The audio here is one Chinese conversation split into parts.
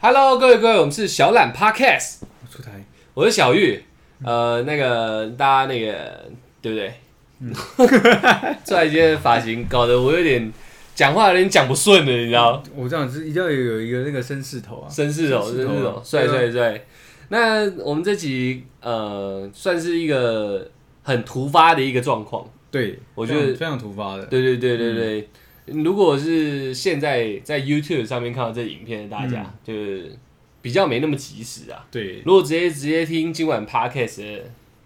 Hello，各位各位，我们是小懒 Podcast，我出台，我是小玉。呃，那个大家那个对不对？ 嗯，帅姐发型搞得我有点讲话有点讲不顺了，你知道？我这样是一定要有一个那个绅士头啊。绅士哦，绅绅士士头哦啊，帅帅对帅。那我们这集呃，算是一个很突发的一个状况。对，我觉得非常非常突发的。对对对对对，嗯如果是现在在 YouTube 上面看到这影片的大嗯家，就是比较没那么及时啊。对，如果直接直接听今晚 Podcast 的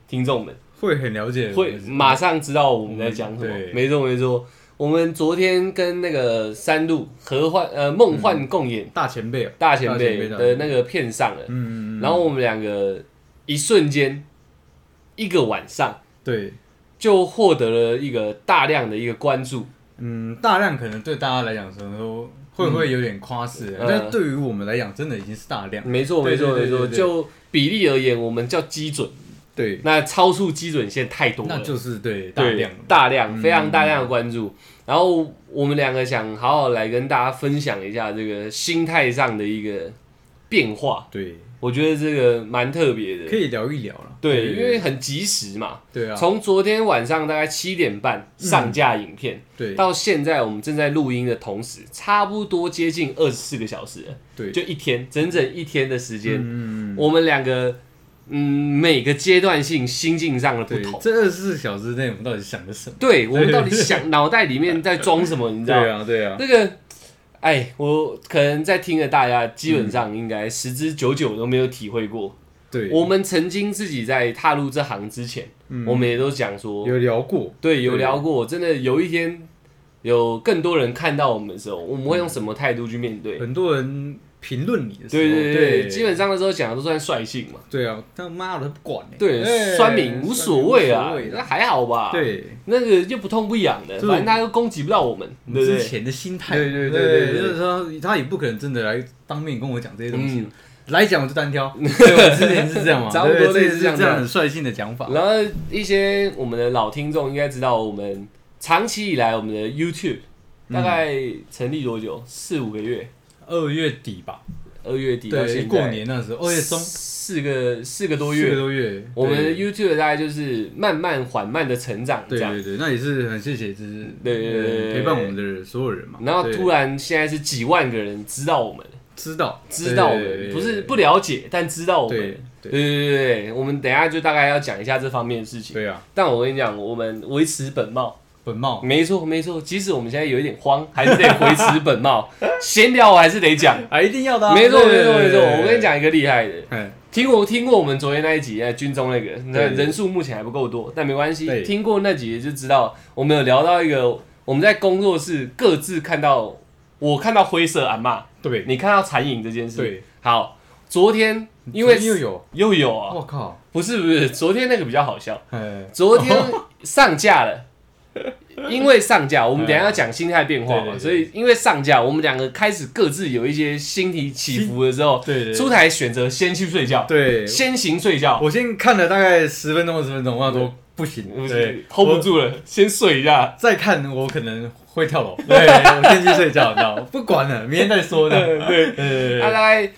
听众们，会很了解。会马上知道我们在讲什么嗯。对没错没错，我们昨天跟那个三鹿合幻呃梦幻共演大前辈哦，大前辈大的那个片上了，嗯嗯嗯，然后我们两个一瞬间一个晚上对，就获得了一个大量的一个关注。嗯，大量可能对大家来讲说会不会有点夸饰，啊嗯但对于我们来讲，真的已经是大量。没错没对错对没对错，对对就比例而言，我们叫基准，对，那超出基准线太多了那。就是对嗯大对量了。大量非常大量的关注。然后我们两个想好好来跟大家分享一下这个心态上的一个变化，对，我觉得这个蛮特别可的。以聊一聊了。对，因为很及时嘛，对啊，从昨天晚上大概七点半上架影片，对到现在我们正在录音的同时，差不多接近二十四个小时了，对，就一天，整整一天的时间，嗯嗯嗯我们两个，嗯，每个阶段性心境上的不对同，，这二十四小时内我们到底想的什么？对我们到底 想脑袋里面在装什么，你知道？啊，对啊，那个，哎，我可能在听的大家基本上应该十之九九都没有体会过。对，我们曾经自己在踏入这行之前，嗯我们也都讲说，有聊过。对，有聊过，真的有一天有更多人看到我们的时候，我们会用什么态度去面对？很多人评论你的时候，对对对，嗯对，基本上那时候讲的都算率性嘛。对啊，他妈的不管欸对，哎酸民无所谓啊酸民无，所那谓还好吧？，对，那个又不痛不痒的，就是反正他又攻击不到我们，对不之对？前的心态，对对对对对就是说他也不可能真的来当面跟我讲这些东西嗯，来讲我就 单挑，对，我之前是这样嘛，差不多对类之似前这样是这样很率性的讲法，然后一些我们的老听众应该知道，我们长期以来我们的 YouTube 大概成立多久？四五个月，二月底吧，二月底到对，现在过年那时候，二月中四个四个多四个月，多月，我们的对 YouTube 大概就是慢慢缓慢的成长这对样。对对，那也是很谢谢，就是对对对对对呃陪伴我们的所有人嘛，然后对突然现在是几万个人知道我们，知道知道我对对们对不是不了解，但知道我们。对对对对对对，我们等一下就大概要讲一下这方面的事情。对啊，但我跟你讲，我们维持本貌，本貌没错没错，即使我们现在有一点慌，还是得维持本 貌。闲聊我还是得讲，啊，一定要的啊，没错没错没错。对我跟你，讲一个厉害的，哎，听我听过我们昨天那一集，哎，军中那个，那对人数目前还不够多，但没关系，对听过那集就知道，我们有聊到一个，我们在工作室各自看到，我看到灰色阿嬷，对你看到残影这件事。，对，好，昨天因为又有，又有啊，我靠，不是不是，昨天那个比较好笑。哎，昨天上架 了，因为上架，我们等一下要讲心态变化嘛，对对对所以因为上架，我们两个开始各自有一些心理起伏的时候，对对，出台选择先去睡觉，对，先行睡觉，我先看了大概十分钟、二十分钟，我想说不我行，对，hold 不我住了，先睡一下。再看我可能会跳楼，对，我先去睡觉，你知道吗， 不管了，明天再说的，对对对大对，概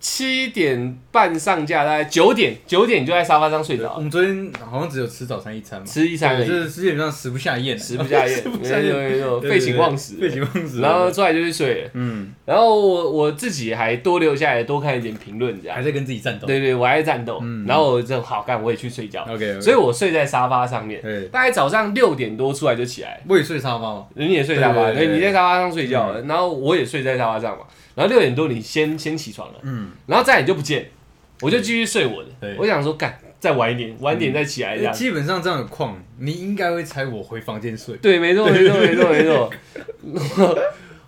七点半上架，大概九点九点就在沙发上睡我着，们昨天好像只有吃早餐一餐嘛，吃一餐而对就已，是基本上食不下咽，食不下 咽，食不没下错咽，没错，对废寝忘食，废寝忘食，然后出来就去睡了。嗯，然后我我自己还多留下来多看一点评论，这样还。在跟自己战斗，对对，我爱战斗，嗯然后我就好干，我也去睡觉， ，OK，所以我睡在沙发上面，对，大概早上六点多出来就起来，未睡沙发嘛，你也睡沙发，对对对嗯对，你在沙发上睡觉了，然后我也睡在沙发上嘛，然后六点多你先先起床了，嗯，然后再来你就不见，我就继续睡我的对，我想说干再晚一点，晚点再起来这样，基本上这样的矿，你应该会猜我回房间睡，对，没错没错没错没错，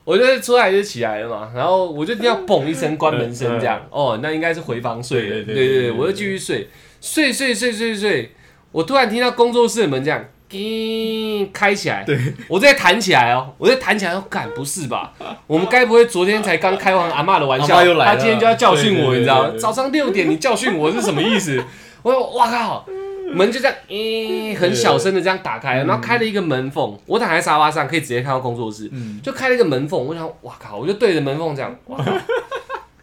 我就出来就起来了嘛，然后我就听到嘣一声关门声这样，哦，那应该是回房睡了，对对对对对对对，对我就继续睡，睡睡睡睡睡，我突然听到工作室的门这样。叮，开起来，我再弹起来哦，我再弹起来哦，敢不是吧？我们该不会昨天才刚开完阿嬷的玩笑阿嬷又，来了他今天就要教训我，对对对你知道吗对？对对早上六点你教训我是什么意思？我说哇靠，门就这样，咦、很小声的这样打开，然后开了一个门缝。我躺在沙发上，可以直接看到工作室，嗯就开了一个门缝。我想，哇靠，我就对着门缝这样，哇靠，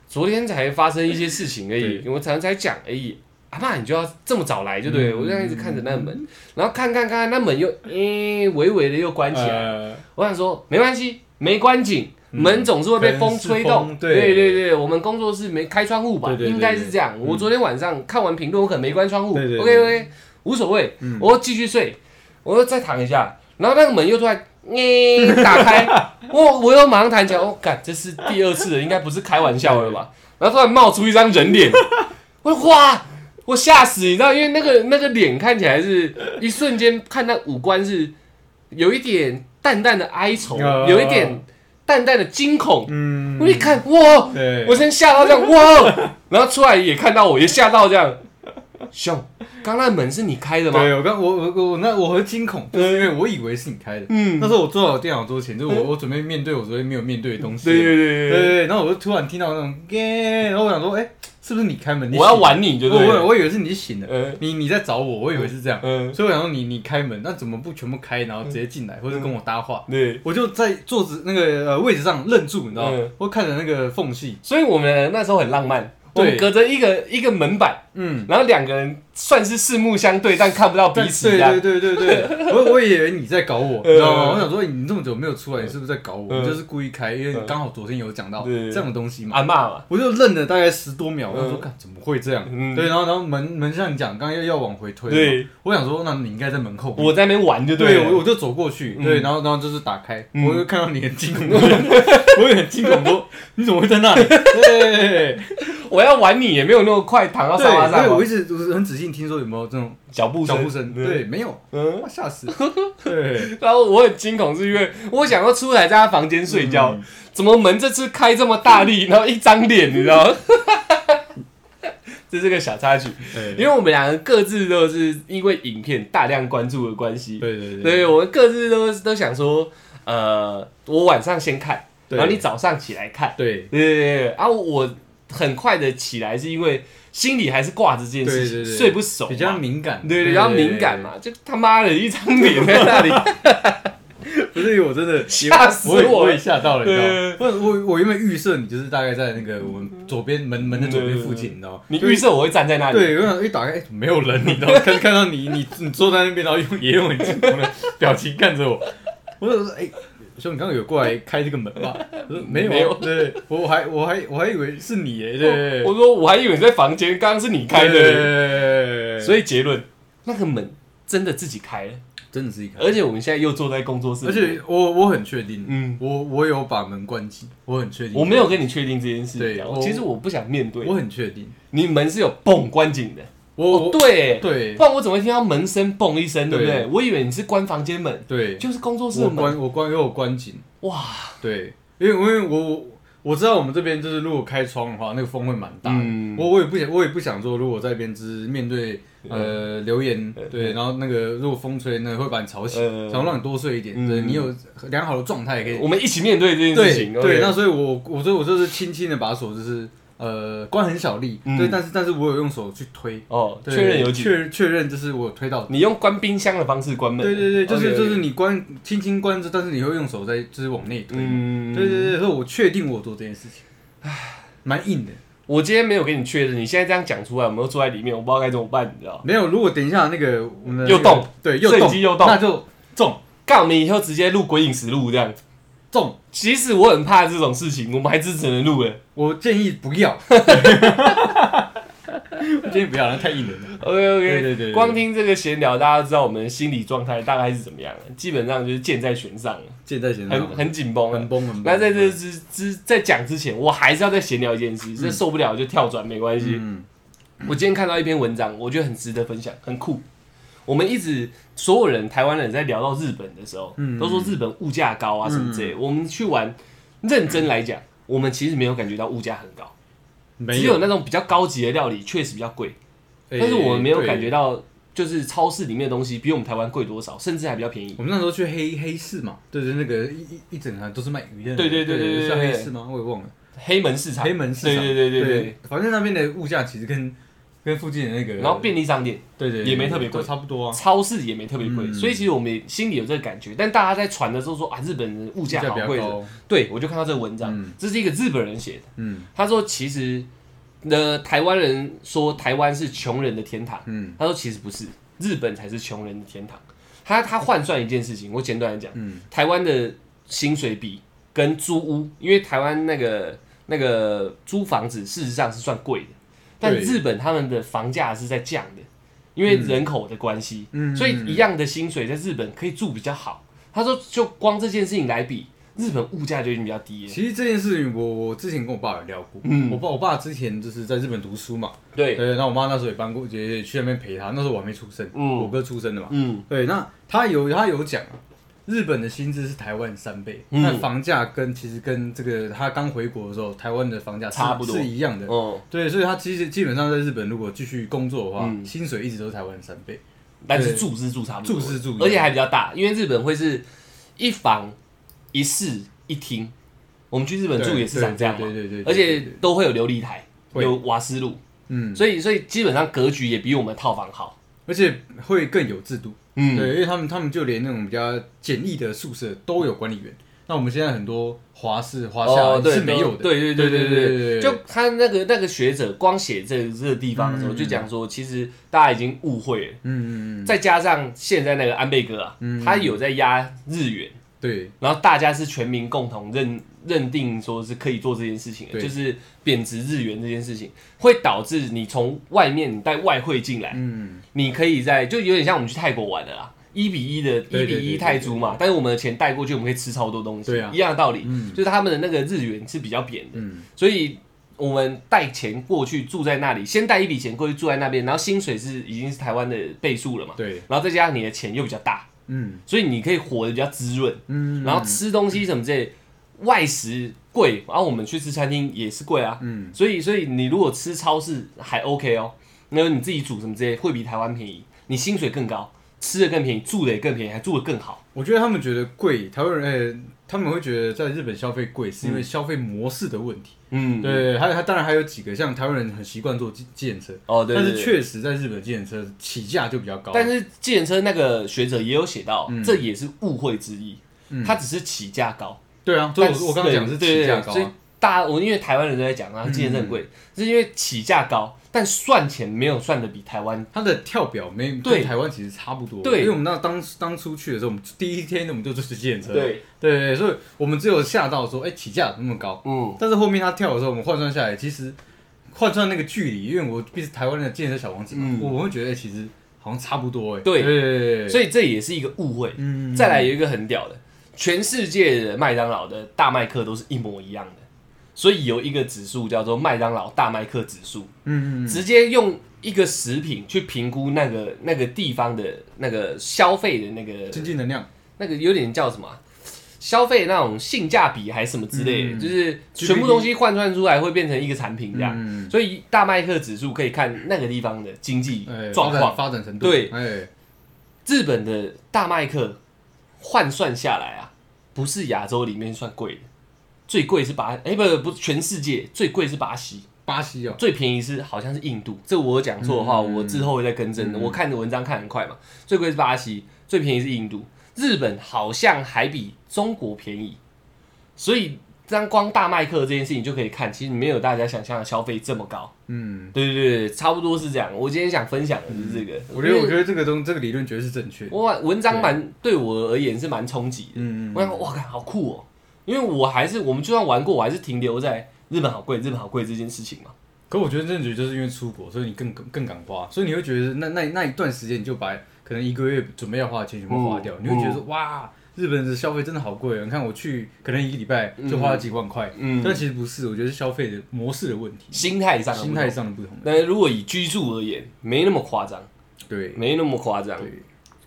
昨天才发生一些事情而已，对我常才讲而已。阿爸，你就要这么早来就嗯对了。我这样一直看着那门，然后看看看，那门又诶、微微的又关起来。呃，嗯我想说，没关系，没关紧，门总是会被风吹可能是动。风对对对对对，我们工作室没开窗户吧？对对对应该是这样。我昨天晚上看完评论，我可能没关窗户。对对对嗯 OK OK，无所谓，我继续睡，我又再躺一下，然后那个门又突然。诶打开，我我又马上弹起来，我、哦、干，这是第二次了，应该不是开玩笑了吧？然后突然冒出一张人 脸，我说哇，我吓死，你知道，因为那个那个脸看起来是一瞬间，看那五官是有一点淡淡的哀愁，哦有一点淡淡的惊恐。嗯，我一看，哇，对，我先吓到这样，哇，然后出来也看到我，也吓到这样。兄，刚那门是你开的吗？对我刚我我我那我很惊恐，就是因为我以为是你开的。嗯那时候我坐到我电脑桌前，就是我我准备面对我昨天没有面对的东西。对对对对对对对，然后我就突然听到那种耶，然后我想说，哎，是不是你开门？你对，我要醒了。玩你，对不我我对？我以为是你醒了，嗯你你在找我，我以为是这样，嗯，所以我想说你你开门，那怎么不全部开，然后直接进来，或者跟我搭话？对。我就在桌子那个呃位置上愣住，你知道吗嗯？我看着那个缝隙，所以我们那时候很浪漫，我们对隔着一个一个门板，嗯，然后两个人算是四目相对，但看不到彼此这样对。对对对 对，我我以为你在搞我，嗯你知道吗？我想说你这么久没有出来，你是不是在搞我？嗯你就是故意开，因为嗯你刚好昨天有讲到对这样的东西嘛。阿嬷嘛，我就愣了大概十多秒，我想说，嗯看怎么会这样嗯？对，然后然后门门像你讲，刚刚又要往回推，对，我想说，那你应该在门后面。我在那边玩就对，了。我我就走过去，嗯对，然后然后就是打开，嗯我就看到你很惊恐的样子， 我也很惊恐说，你怎么会 在那里？对，我要玩你也没有那么快躺到对，沙发所以上我嘛，一直我很仔细听说有没有这种脚步脚声，步声，对，，没有，嗯。哇 吓死，对。然后我很惊恐，是因为我想要出来在他房间睡觉，嗯怎么门这次开这么大 力，然后一张脸，你知道吗？这是个小插曲，因为我们两个各自都是因为影片大量关注的关系，对对对，我们各自都都想说，呃，我晚上先看，对然后你早上起来看，对对对对对，啊，我很快的起来是因为心里还是挂着这件事情，对对对睡不熟嘛，比较敏感，对对比较敏感，嘛，就他妈的一张脸在那里，不是因为我 真的吓死我也我我了也吓到了，你知对道吗？我我我原本预设你就是大概在那个我们左边门门的左边附近，你知道吗？ 你预设我会站在那里，对，我想一打开，哎，没有人，你知道吗？看看到你你你坐在那边，然后用也用很惊恐的 表情看着我，我就说哎。我说你刚刚有过来开这个门吧？我说没有啊，没有对我我还我还我还以为是你耶，对对，对我说我还以为你在房间，刚刚是你开对对的，对，所以以结论那个门真的自己开了，真的是一开，而且我们现在又坐在工作室，而且我我很确定，嗯，我我有把门关紧，我很确定。我没有，跟你确定这件事，对我其实我不想面对我，很确定。你门是有蹦关紧的，我哦我对，对不然我怎么会听到门声蹦一声，对不对？对我以为你是关房间门，对，就是工作室的我门，关我关因为我关紧，哇，对，因为因为我我我知道我们这边就是如果开窗的话，那个风会蛮大的。嗯我我也不想我也不想说，如果在边只面对呃留言，对，然后那个如果风吹呢会把你吵醒嗯，想让你多睡一点，嗯对你有良好的状态可以。我们一起面哦对这件事对情，对，那 OK 所以我我所以我就是轻轻的把手就是呃关很小力，嗯对，但是但是我有用手去推，哦，对确认有几，确确认，就是我推到。你用关冰箱的方式关门，对对对，就是 OK，OK 就是，你关轻轻关着，但是你会用手在就是往内推。嗯，对对对，所以我确定我做这件事情，唉，蛮硬的。我今天没有跟你确认，你现在这样讲出来，我们又坐在里面，我不知道该怎么办，你知道吗？没有，如果等一下那个我们的又那个动，对，又摄影动机又动那就中干，我们以后直接录《鬼影实录》这样。中。其实我很怕这种事情，我们还是只能录了。 我建议不要，我建议不要，那太硬了。 OK OK，对对对对光听这个闲聊，大家都知道我们的心理状态大概是怎么样了，基本上就是箭在弦上了，箭在弦很上，很紧绷了很。崩很崩。那在这之之在讲之前，我还是要再闲聊一件事，这受不了就跳转没关系。嗯我今天看到一篇文章，我觉得很值得分享，很酷。我们一直所有人台湾人在聊到日本的时候，嗯都说日本物价高啊什么之类的。我们去玩，认真来讲，我们其实没有感觉到物价很高，没只有那种比较高级的料理确实比较贵，哎但是我们没有感觉对到。就是超市里面的东西比我们台湾贵多少，甚至还比较便宜。我们那时候去黑黑市嘛，对对，那个一一一整行都是卖鱼的那个，对对对对对是对黑市吗？我也忘了。黑门市场，黑门市场，对对对对对，反正那边的物价其实跟跟附近的那个，然后便利商店、对对对也没特别贵都差不多啊，超市也没特别贵，嗯所以其实我们也心里有这个感觉。但大家在传的时候说啊，日本人物价价好比较贵高的，对我就看到这个文章，嗯这是一个日本人写的，嗯他说其实呢，台湾人说台湾是穷人的天堂，嗯他说其实不是，日本才是穷人的天堂。他他换算一件事情，我简短的讲，嗯台湾的薪水比跟租屋，因为台湾那个那个租房子事实上是算贵的，但对日本他们的房价是在降的，因为人口的关系，嗯所以一样的薪水在日本可以住比较好。他说，就光这件事情来比，日本物价就已经比较低了。其实这件事情我，我之前跟我爸有聊过。嗯我爸我爸之前就是在日本读书嘛，对，对，那我妈那时候也搬过，也也去那边陪他。那时候我还没出生，嗯我哥出生的嘛。嗯，对，那他有他有讲啊，日本的薪资是台湾三倍，嗯那房价跟其实跟这个他刚回国的时候，台湾的房价是差不多是一样的。哦，对，所以他其实基本上在日本如果继续工作的话，嗯薪水一直都是台湾的三倍。但是住是住差不多，住是住而且还比较大，因为日本会是一房一室一厅，我们去日本住也是长这样嘛，对对对对对而对且对对都会有琉璃台，会有瓦斯炉，嗯，所以所以基本上格局也比我们的套房好，而且会更有制度。嗯，对，因为他们他们就连那种比较简易的宿舍都有管理员。那我们现在很多华氏、华哦，夏对，是没有的，对对对对对对，就就他那个那个学者光写这这个地方的时候，嗯就讲说，其实大家已经误会了，嗯嗯嗯，再加上现在那个安倍哥啊，嗯他有在压日元。对然后大家是全民共同认认定说是可以做这件事情的，对就是贬值日元这件事情，会导致你从外面你带外汇进来，嗯你可以在就有点像我们去泰国玩的啦，一比一的一对对对比一对泰铢嘛，但是我们的钱带过去，我们可以吃超多东西，对啊一样的道理，嗯就是他们的那个日元是比较贬的，嗯所以。我们带钱过去住在那里，先带一笔钱过去住在那边，然后薪水是已经是台湾的倍数了嘛，对然后再加上你的钱又比较大，嗯所以你可以活得比较滋润。嗯，然后吃东西什么之类，外食贵，然后我们去吃餐厅也是贵啊。嗯所以，所以你如果吃超市还 OK 哦，那你自己煮什么之类会比台湾便宜，你薪水更高，吃的更便宜，住的也更便宜，还住的更好。我觉得他们觉得贵，台湾人呃他们会觉得在日本消费贵是因为消费模式的问题。嗯，对，还有他当然还有几个像台湾人很习惯坐计计程车，哦对，但是对对确实在日本计程车起价就比较高。但是计程车那个学者也有写到，嗯这也是误会之一，嗯他只是起价高，对啊，所以但是我我刚刚讲的是对对起价对高所以啊，嗯大家我因为台湾人都在讲啊，计程车很贵，是因为起价高，但算钱没有算的比台湾它的跳表没对跟台湾其实差不多。对因为我们那当当初去的时候，我们第一天我们就坐计程车。对对，所以我们只有吓到说，哎，起价怎么那么高？嗯，但是后面他跳的时候，我们换算下来，其实换算那个距离，因为我毕竟是台湾的健身小王子嘛，嗯我会觉得、哎其实好像差不多哎、对对所以以这也是一个误会。嗯再来有一个很屌的，全世界的麦当劳的大麦克都是一模一样的，所以有一个指数叫做麦当劳大麦克指数，嗯嗯直接用一个食品去评估那个那个地方的那个消费的那个经济能量那个有点叫什么啊、消费那种性价比还是什么之类的，嗯就是全部东西换算出来会变成一个产品这样。嗯所以大麦克指数可以看那个地方的经济哎状发况展，发展程度对哎日本的大麦克换算下来啊，不是亚洲里面算贵的，最贵是巴，哎、不不，全世界最贵是巴西，巴西哦最便宜是好像是印度。这我有讲错的话，嗯我之后会再更正的。我看的文章看很快嘛，最贵是巴西，最便宜是印度，日本好像还比中国便宜，所以。当光大麦克这件事情就可以看，其实没有大家想象的消费这么高。嗯，对对对，对差不多是这样。我今天想分享的是这个，我觉因得为我觉得这个东这个理论绝对是正确的我把文章蛮对我而言是蛮冲击的。嗯嗯我想，哇，看好酷哦！因为我还是我们就算玩过，我还是停留在日本好贵，日本好贵这件事情嘛。可我觉得正确就是因为出国，所以你更更敢花，所以你会觉得那那那一段时间你就把可能一个月准备要花的钱全部花掉，嗯你会觉得说、哇，日本的消费真的好贵哦！你看我去可能一个礼拜就花了几万块，嗯但其实不是，我觉得是消费的模式的问题，心态上的不同，心态上的不同。那如果以居住而言，没那么夸张，对没那么夸张，对，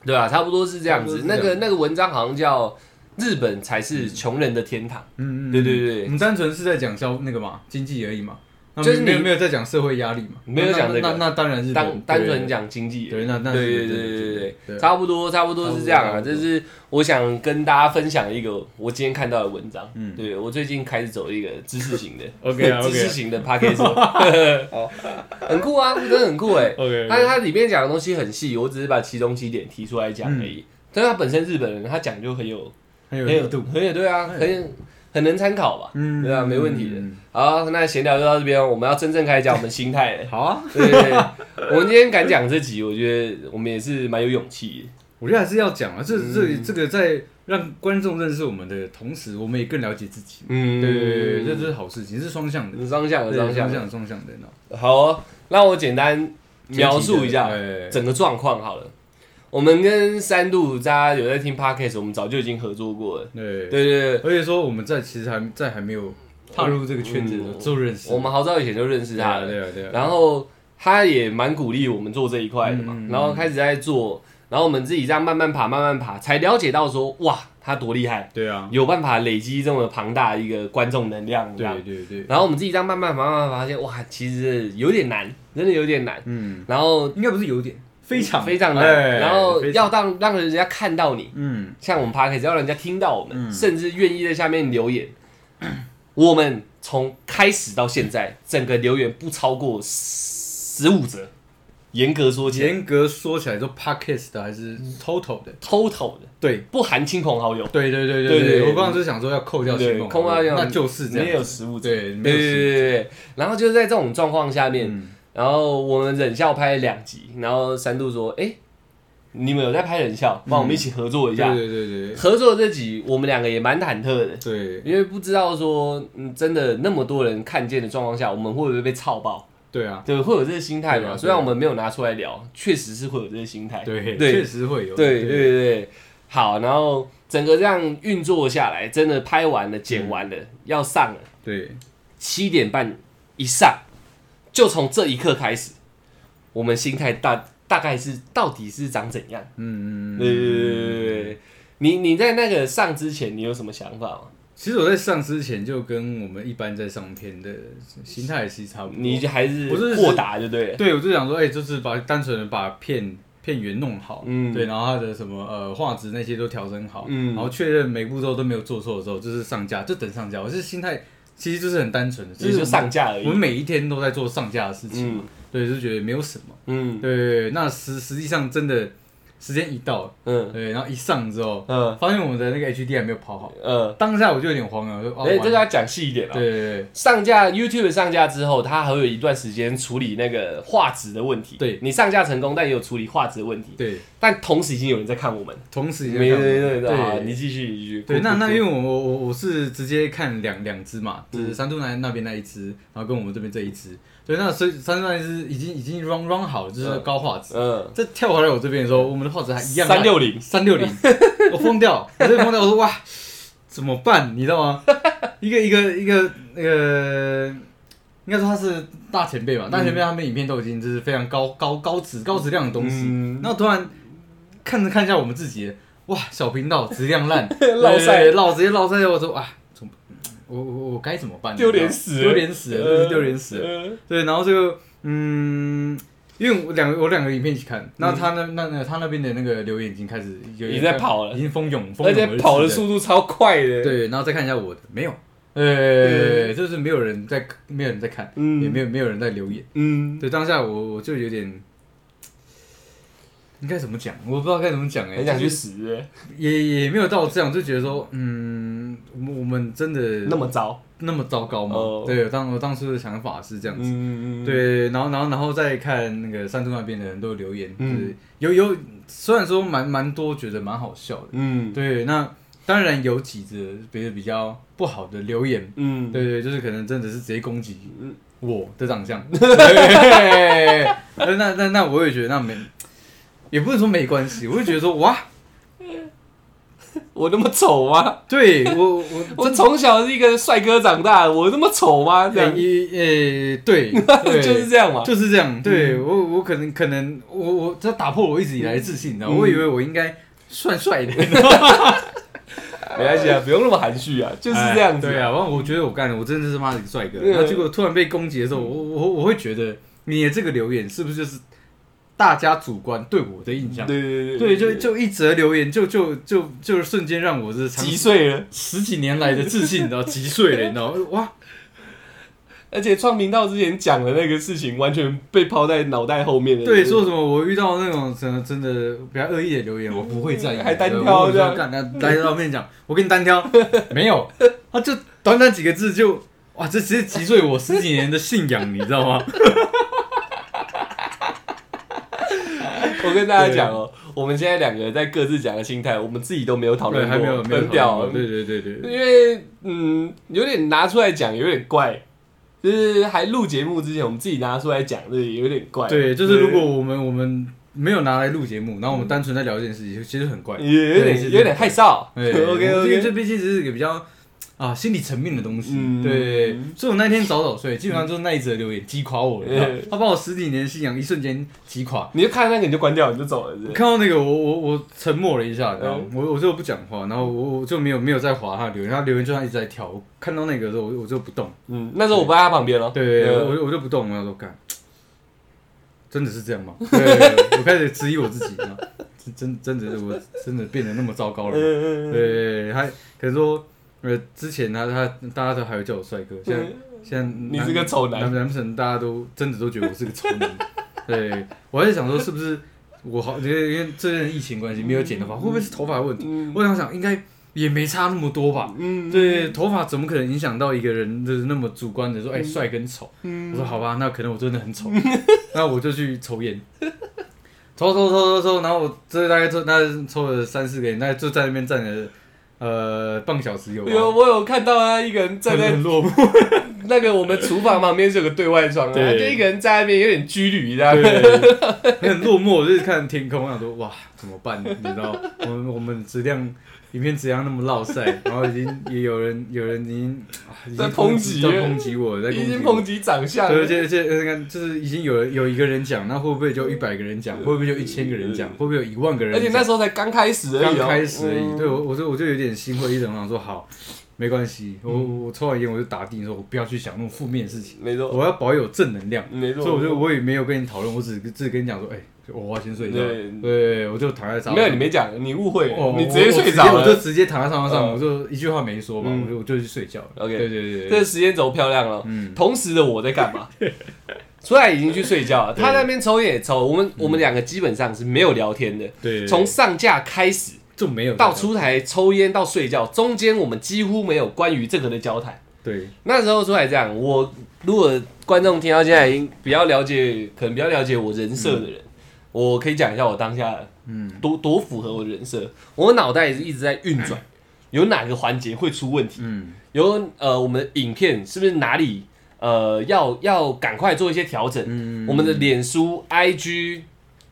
对啊，差不多是这样子差。不多那是这个样那个文章好像叫《日本才是穷人的天堂》。嗯对对对我们单纯是在讲消那个嘛经济而已嘛，那就是你没有没有在讲社会压力嘛，没有讲那这个那那那当然是单对单纯讲经济人。嗯对，那那对对是对对对，对，差不多差不多是这样啊。差不多这是我想跟大家分享一个我今天看到的文章。嗯，对我最近开始走一个知识型的 OK 啊知 OK 识型的 p a c k a g e 很酷啊，真的很酷哎。 OK，但是它里面讲的东西很细，我只是把其中几点提出来讲而已。但是他本身日本人，他讲就很有很嗯有很有热度，很有对啊，哎很很能参考吧。嗯对啊，没问题的。好，那闲聊就到这边，我们要真正开始讲我们心 态了。好啊，对对对，我们今天敢讲这集，我觉得我们也是蛮有勇气我觉得还是要讲啊，这这这个在让观众认识我们的同时，我们也更了解自己的。嘛。嗯对对对对，这这是好事情，是双向的，很双向的对双双向向的。的双向的。好哦，让我简单描述一下对整个状况好了。我们跟三度大家有在听 podcast，我们早就已经合作过了。对对对对，而且说我们在其实还在还没有踏入这个圈子的时候就认识我们好早以前就认识对他啊了，对啊对啊，然后他也蛮鼓励我们做这一块的嘛，嗯嗯嗯然后开始在做，然后我们自己这样慢慢爬，慢慢爬，才了解到说哇，他多厉害，对啊，有办法累积这么庞大一个观众能量，这样对。对对，然后我们自己这样慢慢慢慢发现，哇，其实有点难，真的有点难。嗯，然后应该不是有点，非常非常难，哎然后非常要让让人家看到你，嗯像我们 p a r k 要让人家听到我们，嗯甚至愿意在下面留言。我们从开始到现在，整个留言不超过十五折，严格说起来严格说起来，说 podcast 的还是 total 的， ，total 的对不含亲朋好友，对对对对对我刚刚就想说要扣掉对星梦，扣掉星梦那就是这样，没有食物折。对，没对对对有星对对，对然后就是在这种状况下面，嗯然后我们忍笑拍了两集，然后三度说：“哎、你们有在拍忍笑，帮我们一起合作一对下。对对对合作这集我们两个也蛮忐忑的，对因为不知道说，嗯，真的那么多人看见的状况下，我们会不会被操爆？对啊，对，会有这个心态对啊对嘛？啊虽然我们没有拿出来聊，确实是会有这个心态。对对确实会有，对对对对，好，然后整个这样运作下来，真的拍完了、剪完了，嗯要上了，对，七点半一上，就从这一刻开始，我们心态大大概是到底是长怎样？嗯嗯对嗯。对对对对对，你你在那个上之前，你有什么想法吗？其实我在上之前就跟我们一般在上片的心态其实差不多，你就还是我是豁达就对了，对，我就想说，哎、就是把单纯的把片片源弄好，嗯对，然后它的什么呃画质那些都调整好，嗯然后确认每步骤都没有做错的时候，就是上架，就等上架。我是心态其实就是很单纯的，也是就上架而我们已。每一天都在做上架的事情嘛，对，就觉得没有什么，嗯对对对。那实实际上真的时间一到，嗯对，然后一上之后，嗯发现我们的那个 HD 还没有跑好，嗯，当下我就有点慌了，我就哦，哎，完这个了要讲细一点啊。对对对。上架 YouTube 上架之后，它还会有一段时间处理那个画质的问题。对你上架成功，但也有处理画质的问题。对，但同时已经有人在看我们了。同时也没在看对对对好，你继续你继续。对，那那因又为我我我我是直接看两两只嘛，嗯就是三度那那边那一只，然后跟我们这边这一只。对，那所以三度那一只已经已经 run run 好了，就是高画质。嗯，这跳回来我这边的时候，我们的画质啊还一样烂。三六零，三六零， 我疯掉，我真的疯掉。我说哇，怎么办？你知道吗？一个一个一个那个，应该说他是大前辈吧，嗯大前辈他们影片都已经就是非常高高高质高质量的东西。嗯然后突然看着看一下我们自己，哇，小频道质量烂， 落塞对对对落直接落塞。我说哇，怎么，我我我该怎么办？丢脸死了嗯丢脸死了，真是丢脸死了。了。对，然后就嗯，因为我两个我两个影片一起看，那他那那那他那边的那个留言已经开始嗯有已经在跑了已经蜂拥，蜂而拥且而至跑的了速度超快的。，对，然后再看一下我的，没有，对呃，就是没有人在，没有人在看，嗯也没有没有人在留言。嗯，对，当下我我就有点。应该怎么讲？我不知道该怎么讲哎、很想就去是死，也也没有到这样，就觉得说，嗯，我们我们真的那么糟。那么糟糕吗？哦对，当我当初的想法是这样子。嗯，对，然后然后然后再看那个山东那边的人都有留言，嗯就是有有虽然说蛮蛮多，觉得蛮好笑的。嗯对，那当然有几则别的比较不好的留言，嗯，对对，就是可能真的是直接攻击嗯我的 长相。对，那那那那我也觉得那没，也不是说没关系，我就觉得说哇，我那么丑吗？对我我 我从小是一个帅哥长大的，我那么丑吗？ 这呃 样也呃对，对就是这样嘛。嗯就是这样，对、我我可能可能我嗯 哎我这打破我一直以来的自信，你知道吗，我以为我应该帅帅的，没关 系啊，不用那么含蓄啊，就是这样子、哎对啊，完我觉得我干了，我真的是他妈的一个帅哥。对啊然后结果突然被攻击的时候，我我我会觉得你的这个留言是不是就是大家主观对我的印象？对对对对，就就一则留言就就就就瞬间让我这长击碎 了。十几年来的自信，你知道击碎了，你知道吗哇，而且创频道之前讲的那个事情，完全被抛在脑袋后面的。对，说什么我遇到那种真的真的比较恶意的留言，我不会在意，还单挑我会这样说干他来到面讲，我跟你单挑，没有，他就短短几个字就哇，这直接击碎我十几年的信仰，你知道吗？ 我跟大家讲哦、我们现在两个人在各自讲的心态，我们自己都没有讨对，论还过，没有没有很屌讨哦、论过对对对对，因为嗯，有点拿出来讲有点怪，就是还录节目之前，我们自己拿出来讲，这有点怪。对，就是如果我们我们没有拿来录节目，然后我嗯们单纯在聊这件事情，其实很怪，也有对点有点害臊。对 OK 这个 OK，这毕竟只是一个比较啊心理层面的东西。嗯对，所以我那天早早睡，基本上就是那一则留言击垮我了，你知道吗嗯他把我十几年的信仰一瞬间击垮。你就看那个你就关掉，你就走了是不我是。看到那个，我我我沉默了一下，然后我我就不讲话，然后我我就没有没有再划他的留言，他留言就像一直在跳。我看到那个的时候，我我就不动，嗯，那时候我不在他旁边了。对，嗯我就我就不动，我想说干，真的是这样吗？对，我开始质疑我自己，你知道吗真真真的是我真的变得那么糟糕了吗。嗯嗯嗯对，他可能说，呃，之前他他大家都还会叫我帅哥，现在、嗯现在你难是个丑男难难不成大家都真的都觉得我是个丑男？ 对，我还在想说是不是我好，因为因为这阵疫情关系没有剪头发，会不会是头发的问题？嗯我想想，应该也没差那么多吧。嗯，对，头发怎么可能影响到一个人就是那么主观的说，哎、帅跟丑？嗯我说好吧，那可能我真的很丑， 那我就去抽烟，抽抽抽抽抽，然后我这大概抽那抽了三四个烟，那就在那边站了呃半个小时有吧，有我有看到他一个人哎站很在很 落寞，那个我们厨房旁边是有个对外窗啊，他对就一个人在那边有点居旅这样。对很落寞，我就是看天空，啊我想说哇怎么办？你知道， 我们我们质量。影片质量那么落塞，然后已经也有人有人已经啊已经在抨击在抨击我，在 已经我抨击长相对，而了，且而且呃看，就是已经有有一个人讲，那会不会就一百个人讲？会不会就一千个人讲？会不会有一万个人而讲？且那时候才刚开始而刚已哦，开始而已。嗯对我，我就我就有点心灰意冷，我想说好，没关系。我嗯我抽完烟我就打定说，我不要去想那种负面的事情，没错，我要保有正能量。没错，所以我就我也没有跟你讨论，我只只跟你讲说，哎，我要先睡觉。对对，我就躺在沙发上。没有你没讲，你误会哦，，你我直接我睡着我就了。直接躺在沙发上，嗯我就一句话没说嘛，嗯我就我就去睡觉了。 OK 对对对这对，时间轴漂亮了。嗯，同时的我在干 嘛？出来已经去睡觉了，他在那边抽烟也抽，我们我们两个基本上是没有聊天的，嗯对，嗯从上架开始就没有到出台抽烟到睡觉，中间我们几乎没有关于这个的交谈。对。那时候出来这样，我如果观众听到现在已经比较了解，可能比较了解我人设的人，我可以讲一下我当下嗯多多符合我的人设。我脑袋一直在运转，有哪个环节会出问题？嗯，有呃，我们的影片是不是哪里呃要要赶快做一些调整？嗯我们的脸书、IG、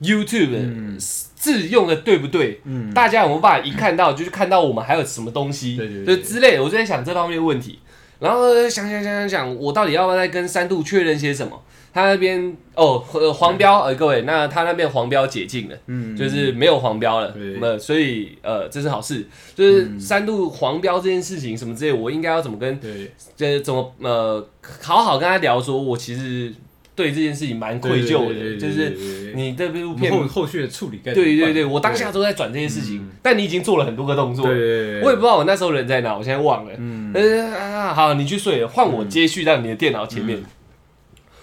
YouTube 嗯字用的对不对？嗯大家有没有办法一看到就是看到我们还有什么东西，对对就对之类的？我就在想这方面的问题，然后呃想想想想想，我到底要不要再跟三度确认些什么？他那边哦，呃黄标呃，各位，那他那边黄标解禁了。嗯就是没有黄标了，对嗯那所以呃，这是好事。就是三度黄标这件事情什么之类，我应该要怎么跟对呃怎么呃好好跟他聊说，我其实对这件事情蛮愧疚的，就是是你这部片，后后续的处理该怎么对办对对，我当下都在转这些事情，但你已经做了很多个动对作，对，我也不知道我那时候人在哪，我现在忘了。嗯呃啊，好，你去睡了，换我接续到你的电脑前面。嗯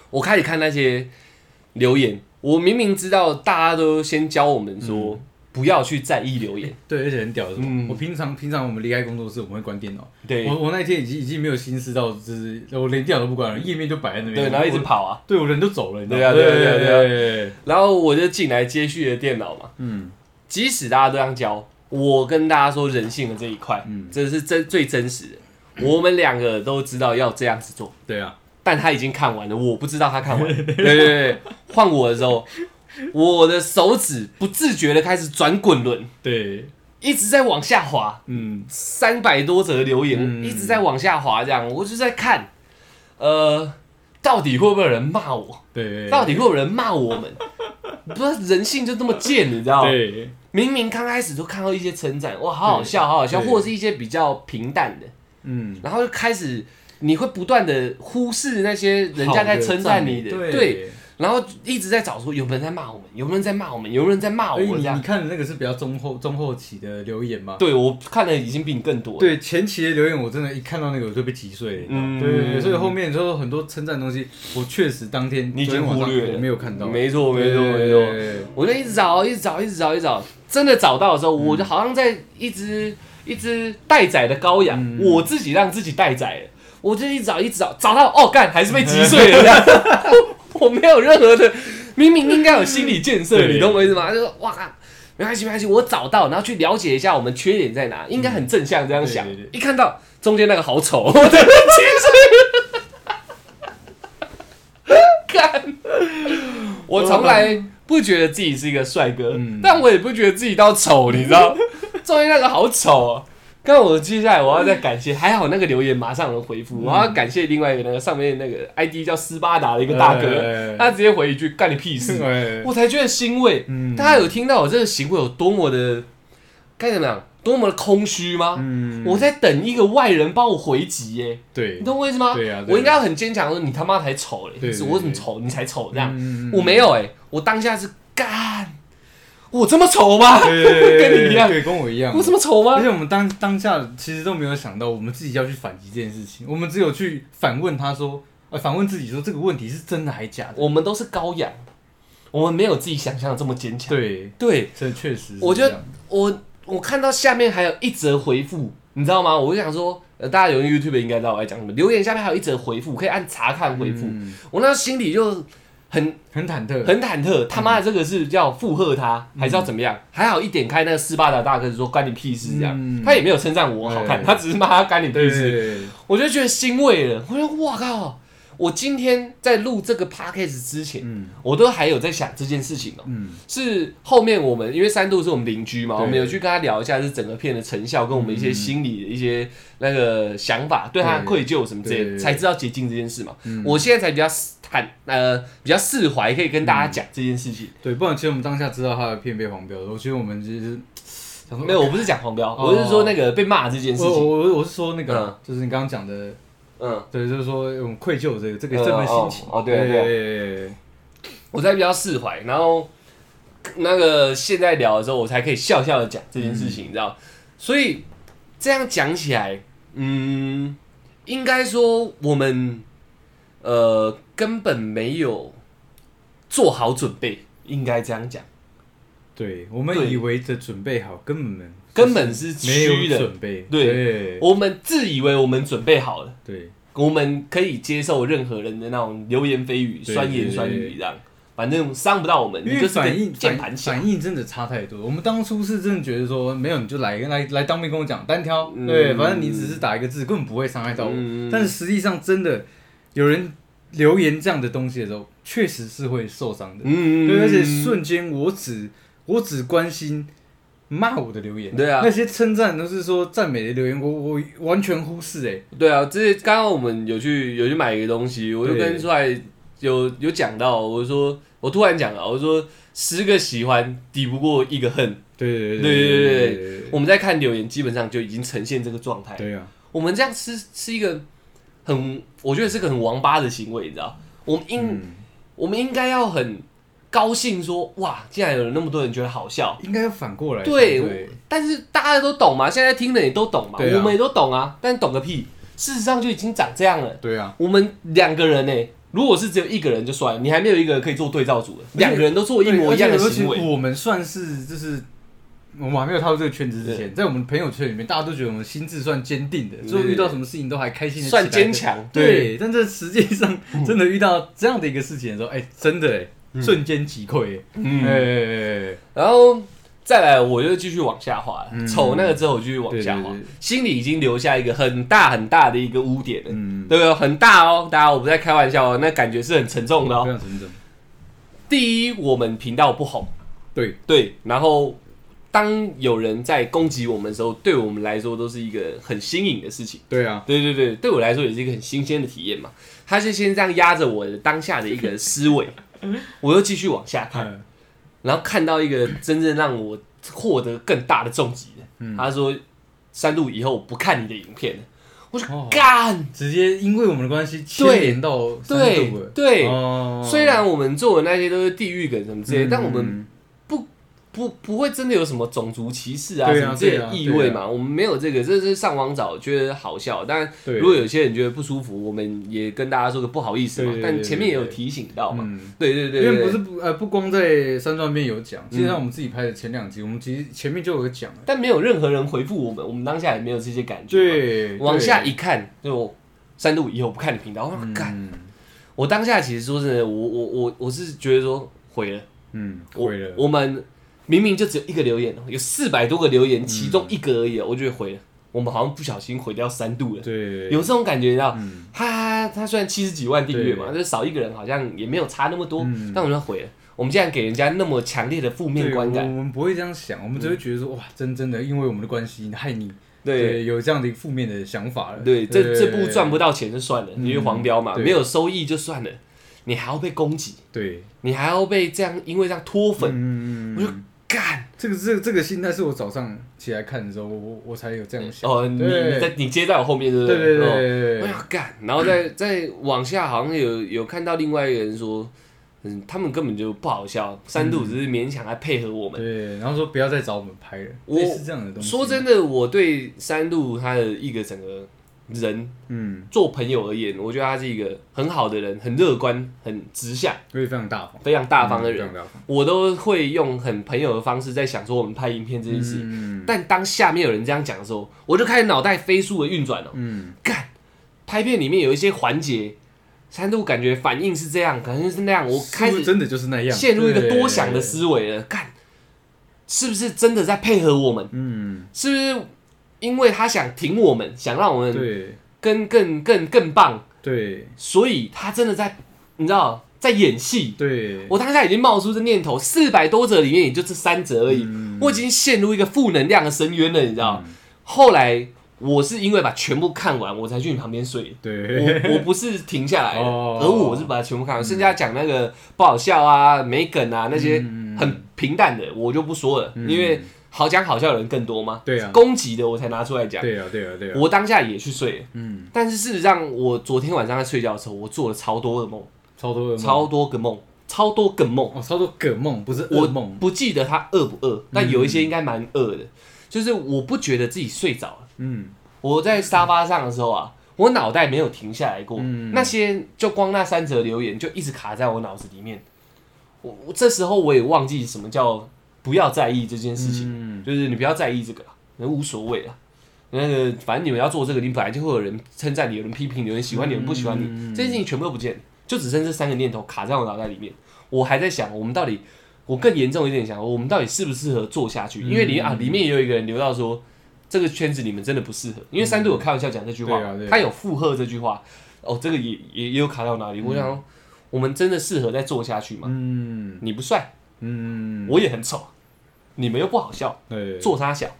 我开始看那些留言，我明明知道大家都先教我们说、不要去在意留言，对，而且很屌的是什嗯么。我平常平常我们离开工作室，我们会关电脑。 对我我那一天已经已经没有心思到，就是我连电脑都不关了，页面就摆在那边。对，然后一直我，跑啊，对我人都走了，你知道对啊吗？对啊对啊对对啊对，然后我就进来接续的电脑嘛。嗯即使大家都这样教，我跟大家说人性的这一块，嗯，这是真最真实的。我们两个都知道要这样子做，对啊，但他已经看完了，我不知道他看完了。 对对对，换我的时候，我的手指不自觉的开始转滚轮，对，一直在往下滑，嗯三百多则留言、嗯一直在往下滑，这样我就在看，呃，到底会不会有人骂我？对，到底会不会有人骂我们？不是人性就这么贱，你知道吗？对，明明刚开始都看到一些称赞，哇，好好笑，好好笑，对或者是一些比较平淡的，嗯，然后就开始你会不断的忽视那些人家在称赞你的，好的对，，然后一直在找说有没有人在骂我们，有没有人在骂我们，有没有人在骂我而且们这哎你你样。看的那个是比较中后中后期的留言嘛？对我看了已经比你更多了，对前期的留言，我真的，一看到那个我就被击碎了。嗯嗯，对对对，所以后面就是很多称赞的东西，我确实当天你已经昨天晚上忽略了我没有看到。没错没错对没对错，对对我就一直找一直找一直找一直找，真的找到的时候，嗯我就好像在一只一只待宰的羔羊，嗯我自己让自己待宰了，我就一直找一直找，找到哦干还是被击碎了这 样，我没有任何的，明明应该有心理建设，对你懂我意思吗？就说哇。没关系，没关系，我找到，然后去了解一下我们缺点在哪，应该很正向这样想。嗯对对一对看到中间那个好 丑，我真的 其实，看，我从来不觉得自己是一个帅哥，嗯但我也不觉得自己到丑，你知道？ 中间那个好丑哦。但我接下来我要再感谢，还好那个留言马上能回复，嗯我要感谢另外一个那个上面那个 ID 叫斯巴达的一个大哎哥，哎哎他直接回一句干你屁事，对我才觉得欣慰。嗯大家有听到我这个行为有多么的该怎么样，多么的空虚吗？嗯我在等一个外人帮我回击耶，对你懂我意思吗？对啊对啊我应该要很坚强地说你他妈才丑嘞，对对对我怎么丑你才丑这样，嗯嗯嗯我没有哎、我当下是干，我这么丑吗？ 对对对对跟你一样对，跟我一样，我这么丑而吗且？我们当当下其实都没有想到，我们自己要去反击这件事情，我们只有去反问他说，呃，反问自己说这个问题是真的还是假的？我们都是羔羊，我们没有自己想象的这么坚强。对，对，这确实是这样，我觉得我我看到下面还有一则回复，你知道吗？我就想说，呃，大家有用 YouTube 应该知道我在讲什么。留言下面还有一则回复，可以按查看回复。嗯我那时候心里就很很忐忑，很忐忑，他妈的这个是要附和他，还是要怎么样？还好一点开那个斯巴达大哥说关你屁事这样，嗯他也没有称赞我好看，对他只是骂他干你屁对事，对对我就觉得欣慰了。我觉得哇靠，我今天在录这个 podcast 之前，嗯我都还有在想这件事情哦、嗯，是后面我们因为三度是我们邻居嘛，对我们有去跟他聊一下是整个片的成效，跟我们一些心理的一些那个想法，对他的愧疚什么之类对的，对才知道捷径这件事嘛嗯。我现在才比较坦呃比较释怀，可以跟嗯大家讲这件事情。对，不然其实我们当下知道他的片被黄标了，我觉得我们其实想说没有，我不是讲黄标，哦我是说那个被骂这件事我我情。我我是说那个，就是你刚刚讲的，嗯，对，就是说我们愧疚这个这个嗯这份心情哦，哦对对对对我才比较释怀，然后那个现在聊的时候，我才可以笑笑的讲这件事情，你知道？所以这样讲起来，嗯，应该说我们呃根本没有做好准备，应该这样讲，对，我们对以为的准备好，根本根本是没虚有的。准备，对对我们自以为我们准备好了，对我们可以接受任何人的那种流言蜚语、对酸言对酸对语这样，反正伤不到我们，因你为就是个反应键盘反侠。反应真的差太多。我们当初是真的觉得说，没有你就来来来当面跟我讲单挑，嗯对，反正你只是打一个字，根本不会伤害到我。嗯但是实际上真的有人留言这样的东西的时候，确实是会受伤的。嗯对，而且瞬间我只我只关心骂我的留言，对啊那些称赞都是说赞美的留言，我我完全忽视哎、欸对啊，之前刚刚我们有去有去买一个东西，我就对跟出来有有讲到，我说我突然讲了，我说十个喜欢抵不过一个恨。对对对对对对我们在看留言，基本上就已经呈现这个状态。对啊，我们这样是是一个很，我觉得是个很王八的行为，你知道？我们应、嗯，我们应该要很高兴说，哇，竟然有那么多人觉得好笑。应该要反过来才对，但是大家都懂嘛，现在听的也都懂嘛，对啊我们也都懂啊，但懂个屁！事实上就已经长这样了。对啊，我们两个人呢、如果是只有一个人就算了，你还没有一个人可以做对照组的，而且两个人都做一模一样的行而且为，我们算是就是。我们还没有踏入这个圈子之前，在我们朋友圈里面，大家都觉得我们心智算坚定的，所以遇到什么事情都还开心的，算坚。强。对，但这实际上真的遇到这样的一个事情的时候，哎、真的哎、瞬间击溃哎、哎嗯，哎哎然后再来，我就继续往下滑了。嗯丑那个之后，我继续往下对滑对对，心里已经留下一个很大很大的一个污点了。嗯，对不对？很大哦，大家我不在开玩笑哦，那感觉是很沉重的非哦。常沉重。第一，我们频道不红，对，对，然后当有人在攻击我们的时候，对我们来说都是一个很新颖的事情。对啊，对对对，对我来说也是一个很新鲜的体验嘛。他是先这样压着我的当下的一个思维，我又继续往下看，嗯，然后看到一个真正让我获得更大的重击的。嗯他说山路以后我不看你的影片了。我哦说干，直接因为我们的关系牵对连到三对度了。对，哦虽然我们做的那些都是地狱梗什么之类，嗯但我们不不不会真的有什么种族歧视啊对啊什么这些对啊意味嘛，我们没有这个，这是上网找觉得好笑，但对如果有些人觉得不舒服，我们也跟大家说个不好意思嘛，对对对但前面也有对对提醒到嘛，嗯，对对对因对，为对不嗯是不呃不光在山庄那边有讲，其实上我们自己拍的前两集，我们其实前面就有讲了。但没有任何人回复我们，我们当下也没有这些感觉嘛，对，往下对一看就。三度以后不看你频道，我说干、嗯我当下其实说真的，我我我我是觉得说毁了，嗯，我毁了。我们明明就只有一个留言，有四百多个留言，其嗯中一个而已，我觉得毁了。我们好像不小心毁掉三度了，对，有这种感觉，你知道？嗯他他虽然七十几万订阅嘛，就是少一个人，好像也没有差那么多，嗯但我们毁了。我们竟然给人家那么强烈的负面对，观我感，嗯我们不会这样想，我们只会觉得说哇，真真的因为我们的关系害你对有这样的一个负面的想法了。对，这这部赚不不到钱就算了，因为黄标嘛，嗯对没有收益就算了，你还要被攻击，对，你还要被这样因为这样脱粉，嗯我就干这个这个这个心态是我早上起来看的时候，我我我才有这样想。哦，你对你在你接在我后面，对不对对哦对我对，想干，然后再再往下，好像有有看到另外一个人说，嗯，他们根本就不好笑，三度只是勉强来配合我们。嗯对，然后说不要再找我们拍了，我类似这样的东西。说，真的，我对三度他的一个整个人嗯，做朋友而言，我觉得他是一个很好的人，很乐观，很直向，所以非常大方，非常大方的嗯非人。常大方。我都会用很朋友的方式在想说我们拍影片这件事。情。嗯但当下面有人这样讲的时候，我就开始脑袋飞速的运转了。嗯，干，拍片里面有一些环节，三度感觉反应是这样，感觉是那样，我开是不是始真的就是那样，陷入一个对多想的。思维了。干，是不是真的在配合我们？嗯，是不是因为他想挺我们，想让我们对更更更更棒，对所以他真的在，你知道，在演戏。对，我当下已经冒出这念头，四百多则里面也就这三则而已，嗯我已经陷入一个负能量的深渊了，你知道？后来我是因为把全部看完，我才去你旁边睡的。 对，我我不是停下来的，哦而我是把它全部看完，剩下讲那个不好笑啊、没梗啊那些嗯很平淡的，我就不说了，因为好讲好笑的人更多嘛。对啊攻击的我才拿出来讲。对啊对啊对啊，我当下也去睡了，嗯，但是事实上，我昨天晚上在睡觉的时候，我做了超多的梦，超多噩梦，超多个梦，超多个梦。哦超多梗梦，不是我噩梦，嗯不记得它饿不饿，但有一些应该蛮饿的，就是我不觉得自己睡着了。嗯我在沙发上的时候啊，我脑袋没有停下来过，嗯那些就光那三则留言就一直卡在我脑子里面。我我这时候我也忘记什么叫不要在意这件事情，嗯就是你不要在意这个啦，人无所谓啊。那个反正你们要做这个，你本来就会有人称赞你，有人批评你，有人喜欢你，有人不喜欢你，嗯这件事情全部都不见了，就只剩这三个念头卡在我脑袋里面。我还在想，我们到底，我更严重一点想，我们到底适不适合做下去？因嗯为里啊，里面也有一个人留到说，这个圈子你们真的不适合，因为三度有开玩笑讲这句话，对啊对啊他有附和这句话，哦，这个也也也有卡到哪里？我想说，我们真的适合再做下去吗？嗯你不帅，嗯，我也很丑，你们又不好笑，对做他小，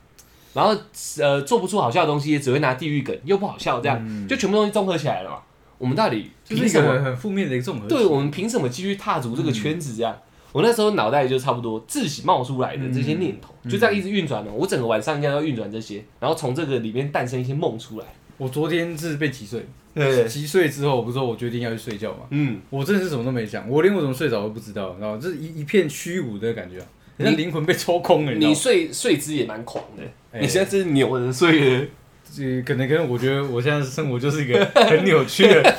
然后呃做不出好笑的东西，也只会拿地狱梗，又不好笑，这样、嗯就全部东西综合起来了嘛。我们到底就是凭一什个么？很很负面的一个综合体，对我们凭什么继续踏足这个圈子？这嗯样，我那时候脑袋就差不多自己冒出来的这些念头，嗯就这样一直运转了。我整个晚上应该要运转这些，然后从这个里面诞生一些梦出来。我昨天是被击碎，对，击碎之后，我不是说我决定要去睡觉嘛，嗯，我真的是什么都没想，我连我怎么睡着都不知道，然后这一一片虚无的感觉啊，你人家灵魂被抽空了，你你知道吗睡睡姿也蛮狂的，哎你现在真是扭着睡的，这可能可能我觉得我现在的生活就是一个很扭曲的、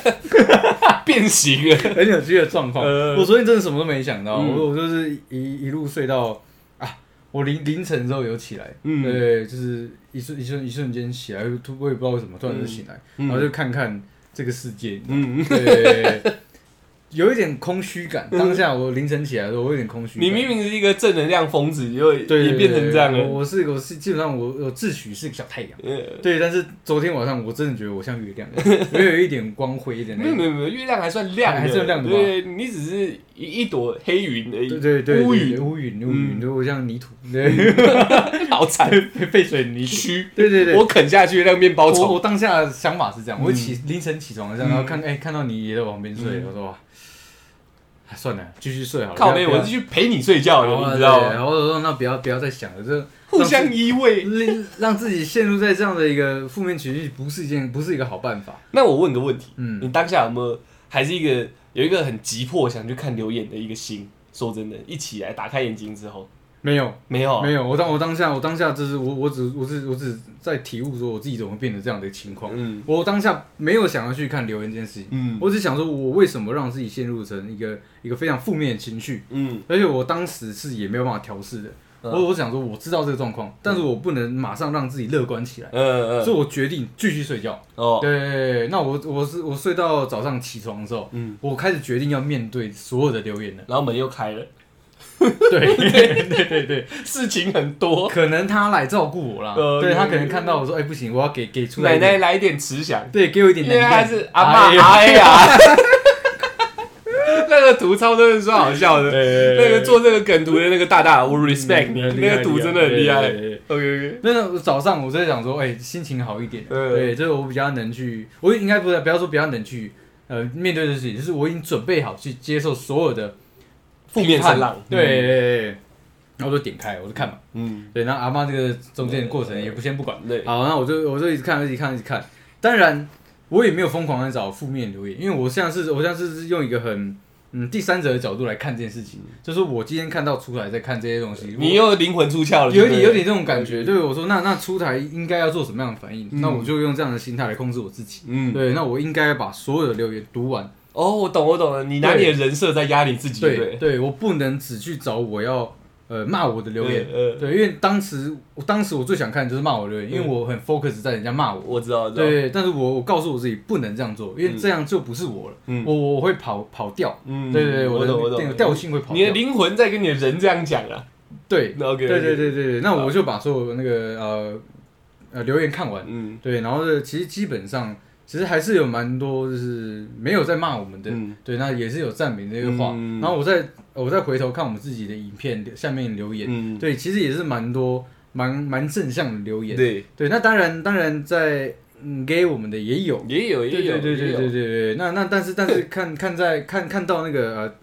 变形了。 很扭曲的状况。呃我昨天真的什么都没想到，嗯我我就是一一路睡到啊，我凌凌晨之后有起来，嗯对，就是一瞬一瞬一瞬间起来，突我也不知道为什么突然就醒来，嗯嗯然后就看看这个世界， 嗯，对，有一点空虚感。当下我凌晨起来的时候，我有点空虚感。你明明是一个正能量疯子，你就对也变成这样对对了。我我是我是基本上我我自诩是个小太阳。呃对，但是昨天晚上我真的觉得我像月亮，我有一点光辉的那没有种。没有没有，月亮还算亮的，还还算亮的吧对你只是一一朵黑云而已，对对对，乌对对云，嗯乌云乌云，对我像泥土，对， 好惨，被水泥土。蛆，对对对，我嗯啃下去，那面包我虫我。当下的嗯想法是这样，我起凌晨起床这样，然后看哎看到你也在旁边睡，我说哇哎算了，继续睡好了。靠不背，要哦我是哦去陪你睡觉的，你知道吗？然后我说那不要不要再想了，这 互相依偎。令让自己陷入在这样的一个负面情绪，不是一件不是一个好办法。那我问个问题，嗯你当下有没有还是一个有一个很急迫想去看留言的一个心？说真的，一起来打开眼睛之后，没有没有啊，没有，我当我当下我当下就是我我只我只我只在体悟说我自己怎么会变成这样的情况。嗯我当下没有想要去看留言这件事情，嗯我只想说我为什么让自己陷入成一个一个非常负面的情绪，嗯而且我当时是也没有办法调试的。嗯我我想说我知道这个状况，但是我不能马上让自己乐观起来，嗯嗯所以我决定继续睡觉。哦对，那我我是我睡到早上起床的时候，嗯，。我开始决定要面对所有的留言了 然后门又开了，对对对对，事情很多，可能他来照顾我啦，呃对他可能看到我说，哎、不行，我要给给出奶来一点，奶来一点慈祥，对，给我一点因能为量。她是阿妈哎呀哎呀， 那个图超真的是好笑的，那个做这个梗图的那个大大，我 respect 你，那个图真嗯的很厉害。对对对 OK OK，那个早上我在想说，哎、心情好一点，嗯对，就是我比较能去，我应该不是不要说比较能去，呃，面对的事情，就是我已经准备好去接受所有的负面声浪批判，对，对，对对然后我就点开，我就看嘛，嗯，对，那阿妈这个中间的过程也不先不管，对，好，那我就我就一直看，一直看，一直看，当然我也没有疯狂的找负面留言，因为我现在是我现在是用一个很。嗯，第三者的角度来看这件事情，就是我今天看到出来在看这些东西，你又灵魂出窍了，有对一点不对有点这种感嗯觉，对我说，那那出台应该要做什么样的反应？那我就用这样的心态来控制我自己。嗯，对，那我应该把所有的留言读完。哦，我懂，我懂了，你拿你的人设在压你自己，对，对，对我不能只去找我要呃骂我的留言。呃，呃对，因为当时我当时我最想看的就是骂我的留言，因为我很 focus 在人家骂我。嗯我知道，我知道，对，但是我我告诉我自己不能这样做，因为这样就不是我了，嗯我我会跑跑掉。嗯对对对，我的懂，我那个懂，调性会跑你的掉。灵魂在跟你的人这样讲啊对，OK，对对，对对，啊那我就把所有那个呃呃留言看完。嗯对，然后呢，其实基本上其实还是有蛮多就是没有在骂我们的，嗯对，那也是有赞美那个话。嗯然后我再呃我再回头看我们自己的影片下面留言，嗯，对，其实也是蛮多蛮蛮正向的留言。对，对那当然当然在嗯给我们的也有，也有，对也对有，对对也对有对，对，那那但是但是看看在看看到那个呃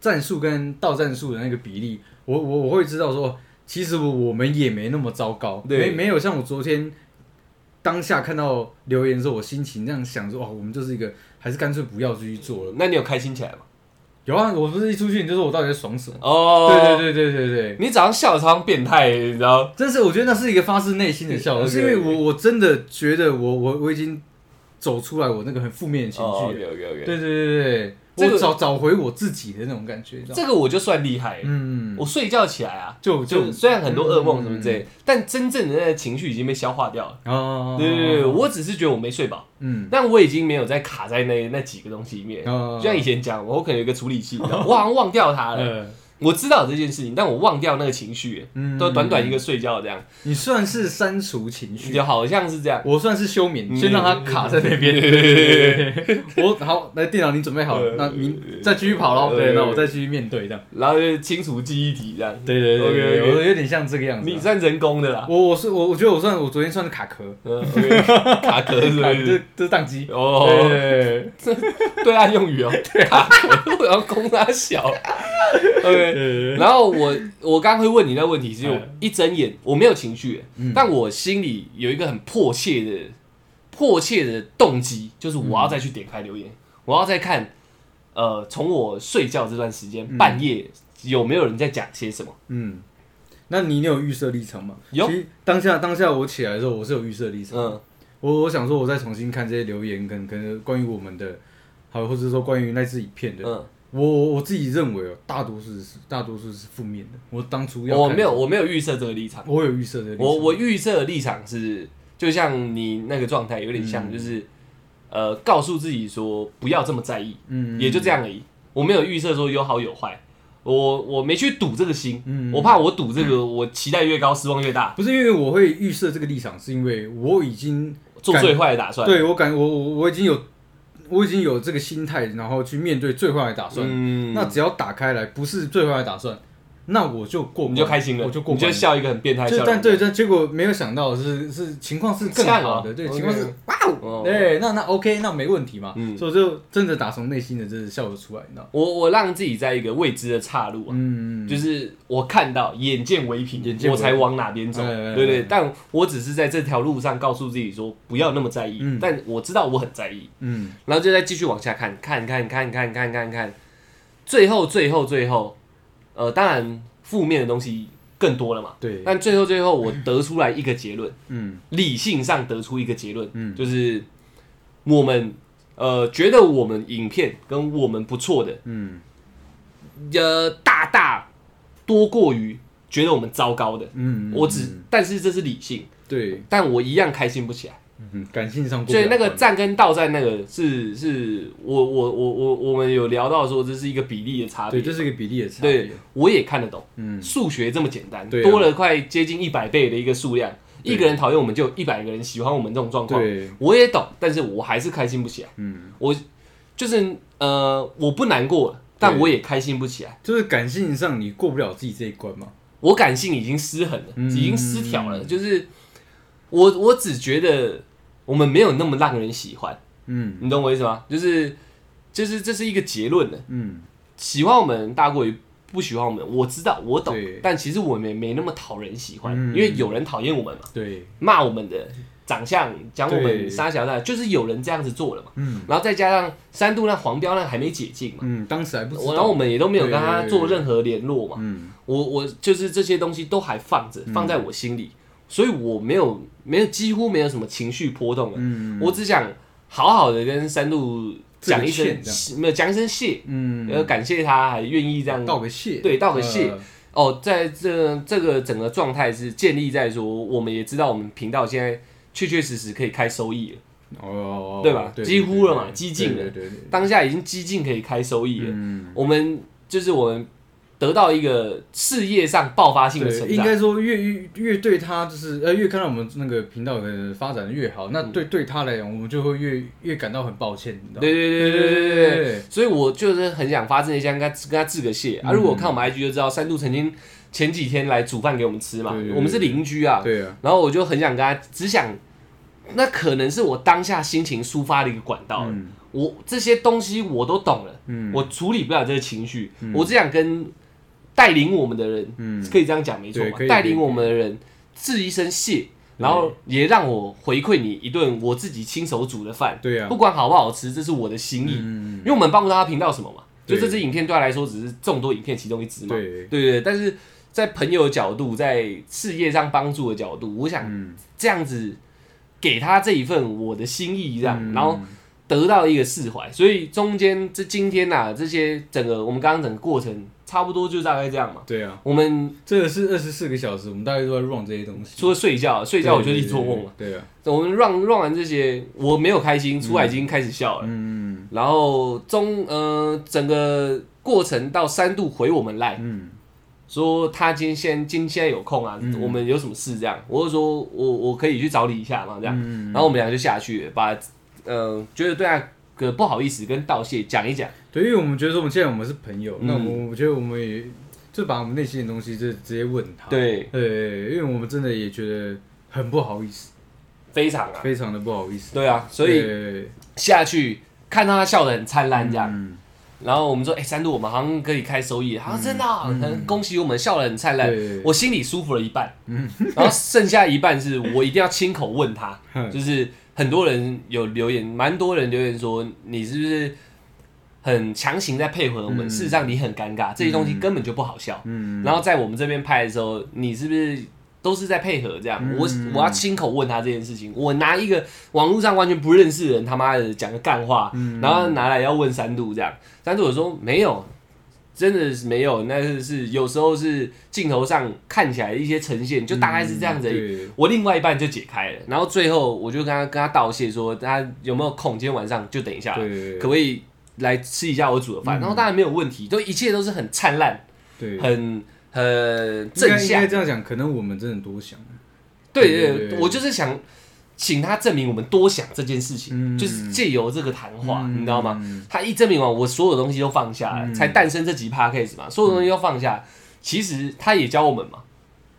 战术跟到战术的那个比例，我我我会知道说，其实我我们也没那么糟糕，对没没有像我昨天当下看到留言的时候，我心情那样想说，哦，我们就是一个还是干脆不要继续做了。那你有开心起来吗？有啊，我不是一出去你就说我到底在爽什么？哦，对对对对对对，你早上笑得超变态，你知道？真是我觉得那是一个发自内心的笑容，对是因为我我真的觉得我我我已经走出来我那个很负面的情绪了。 OK OK OK，对对对对，这个我找找回我自己的那种感觉，你知道吗？这个我就算厉害，嗯，我睡觉起来啊，就就就是嗯虽然很多噩梦什么之类，但真正的那个情绪已经被消化掉了。哦，对对对，我只是觉得我没睡饱，嗯，但我已经没有再卡在那那几个东西里面。哦就像以前啊讲，我可能有一个处理器，你嗯知道我好像忘掉它了。呃，我知道这件事情，但我忘掉那个情绪，嗯都短短一个嗯睡觉这样，你算是删除情绪，就好像是这样。我算是休眠，嗯先让它卡在那边。 我好，来电脑你准备好了，嗯那你再继续跑喽。对，那我再继续面对这样。然后就清除记忆体这样。对对对对 OK 对，我 OK，有点像这个样子你啊。算人工的啦。我我是我，我觉得我算我昨天算是卡壳，嗯，OK，卡壳是卡不这是？这是宕机。对哦，对对对岸用 语哦，卡啊壳，我要攻他小。OK，对对，然后我我刚刚会问你那问题，是因为我一睁眼我没有情绪，嗯但我心里有一个很迫切的、迫切的动机，就是我要再去点开留嗯言，我要再看，呃，从我睡觉这段时间、半夜有没有人在讲些什么？嗯，那你有预设立场吗？有其实当下当下我起来的时候，我是有预设立场。嗯我我想说，我再重新看这些留言，跟跟关于我们的，还有或者说关于那支影片的，嗯，我我我自己认为哦，大多数是大多数是负面的。我当初要我看没有，我没有预设这个立场，我有预设的立场，我我预设的立场是，就像你那个状态有点像，嗯就是、呃，告诉自己说不要这么在意，嗯也就这样而已。我没有预设说有好有坏，我我没去赌这个心，嗯我怕我赌这个，我期待越高，失望越大，不是因为我会预设这个立场，是因为我已经做感最坏的打算。对我感我我我已经有我已经有这个心态，然后去面对最坏的打算。嗯，那只要打开来不是最坏的打算，那我就过关，你就开心了，我就过你就关。笑一个很变态笑就容。但对，但结果没有想到是是情况是更好的，对，情况是哇哦对，那那 OK，那没问题嘛。嗯所以我就真的打从内心的真的笑了出来，你知道吗？我我让自己在一个未知的岔路啊，嗯，就是我看到眼见为凭，眼见为凭我才往哪边走，哎哎哎哎对不对？但我只是在这条路上告诉自己说不要那么在意，嗯但我知道我很在意，嗯然后就再继续往下看，看看看看看看看，最后最后最后，呃，当然负面的东西更多了嘛，对，但最后最后我得出来一个结论，嗯理性上得出一个结论，嗯就是我们呃觉得我们影片跟我们不错的，嗯呃大大多过于觉得我们糟糕的。嗯，我只但是这是理性，对，但我一样开心不起来。嗯，感性上过不所了以那个关站跟倒站那个是是我我我我我们有聊到说这是一个比例的差别对，，这是一个比例的差别对，我也看得懂。嗯，数学这么简单，对啊多了快接近一百倍的一个数量，对一个人讨厌我们就一百个人喜欢我们这种状况，对，我也懂，但是我还是开心不起来。嗯，我就是呃，我不难过了，但对我也开心不起来。就是感性上你过不了自己这一关嘛。我感性已经失衡了，嗯已经失调了。就是我我只觉得我们没有那么让人喜欢，嗯你懂我意思吗？就是就是这是一个结论了，嗯，喜欢我们大过于。不喜欢我们，我知道，我懂对，但其实我们也没那么讨人喜欢，嗯因为有人讨厌我们嘛。对，骂我们的长相，讲我们对杀小的，就是有人这样子做了嘛。嗯然后再加上三度那黄标那还没解禁嘛，嗯，当时还不知我然后我道，们也都没有跟对他对对做任何联络嘛。嗯我我就是这些东西都还放着，嗯放在我心里，所以我没有没有几乎没有什么情绪波动了。嗯，我只想好好的跟三度讲一致个声歉这，没有讲一声谢，嗯呃，感谢他还愿意这样道个谢，对道个谢呃，哦，在这这个整个状态是建立在说，我们也知道我们频道现在确确实实可以开收益了，哦，对吧对几乎了嘛对对激进了对对对，对当下已经激进可以开收益了。嗯，我们就是我们得到一个事业上爆发性的对，成应长，该说越越越对他就是呃越看到我们那个频道的发展越好，嗯那对对他来讲，我们就会越越感到很抱歉，你知道吗？对对对对对对对对。对所以我就是很想发自内心跟他跟他致个谢啊！嗯如果看我们 IG 就知道，三度曾经前几天来煮饭给我们吃嘛对对，对我们是邻居啊。对啊，然后我就很想跟他，只想，那可能是我当下心情抒发的一个管道了。嗯我这些东西我都懂了，嗯我处理不了这个情绪，我只想跟带领我们的人，嗯，可以这样讲没错对吧可？以带领我们的人致一声谢，然后也让我回馈你一顿我自己亲手煮的饭，对啊不，管好不好吃，这是我的心意，嗯因，为我们帮不到他频道什么嘛，就对这支影片对他来说只是众多影片其中一支嘛，对，对对，但是在朋友的角度，在事业上帮助的角度，我想嗯，这样子给他这一份我的心意，这样，嗯然后得到一个释怀。所以中间这今天呐、这些整个我们刚刚整个过程，差不多就大概这样嘛。对啊，我们这个是二十四个小时，我们大概都在 run 这些东西。除了睡觉，睡觉我就一直做梦嘛。对。对对对啊，我们 run run 完这些，我没有开心，出来已经开始笑了。嗯然后中呃整个过程到三度回我们赖，嗯说他今天现今天现在有空啊，嗯我们有什么事这样，我就说我我可以去找你一下嘛这样，嗯，然后我们俩就下去了把呃觉得对他个不好意思跟道谢讲一讲，对，因为我们觉得说我们现在我们是朋友，嗯那我们我觉得我们也就把我们内心的东西就直接问他。对，对，因为我们真的也觉得很不好意思，非常啊，非常的不好意思。对啊，所以对下去看到他笑得很灿烂这样，嗯，然后我们说，哎、三度我们好像可以开收益，他说真的啊、嗯很恭喜我们笑得很灿烂，对，嗯我心里舒服了一半， 然后剩下一半是我一定要亲口问他， 哼就是很多人有留言，蛮多人留言说你是不是很强行在配合我们，嗯事实上你很尴尬，这些东西根本就不好笑。嗯，然后在我们这边拍的时候，你是不是都是在配合这样？嗯我我要亲口问他这件事情，我拿一个网络上完全不认识的人他妈的讲个干话，嗯然后拿来要问三度这样，三度我说没有。真的是没有，那是是有时候是镜头上看起来一些呈现，就大概是这样子而已。嗯对我另外一半就解开了，然后最后我就跟他跟他道谢说，他有没有空？今天晚上就等一下，对，嗯可不可以来吃一下我煮的饭？然后当然没有问题，都一切都是很灿烂，对，很很应正该应向该。这样讲，可能我们真的多想了。对对对对对，对我就是想请他证明我们多想这件事情，嗯就是借由这个谈话，你知道吗？嗯？他一证明完，我所有东西都放下了，嗯才诞生这集 podcast 嘛，所有东西都放下。其实他也教我们嘛，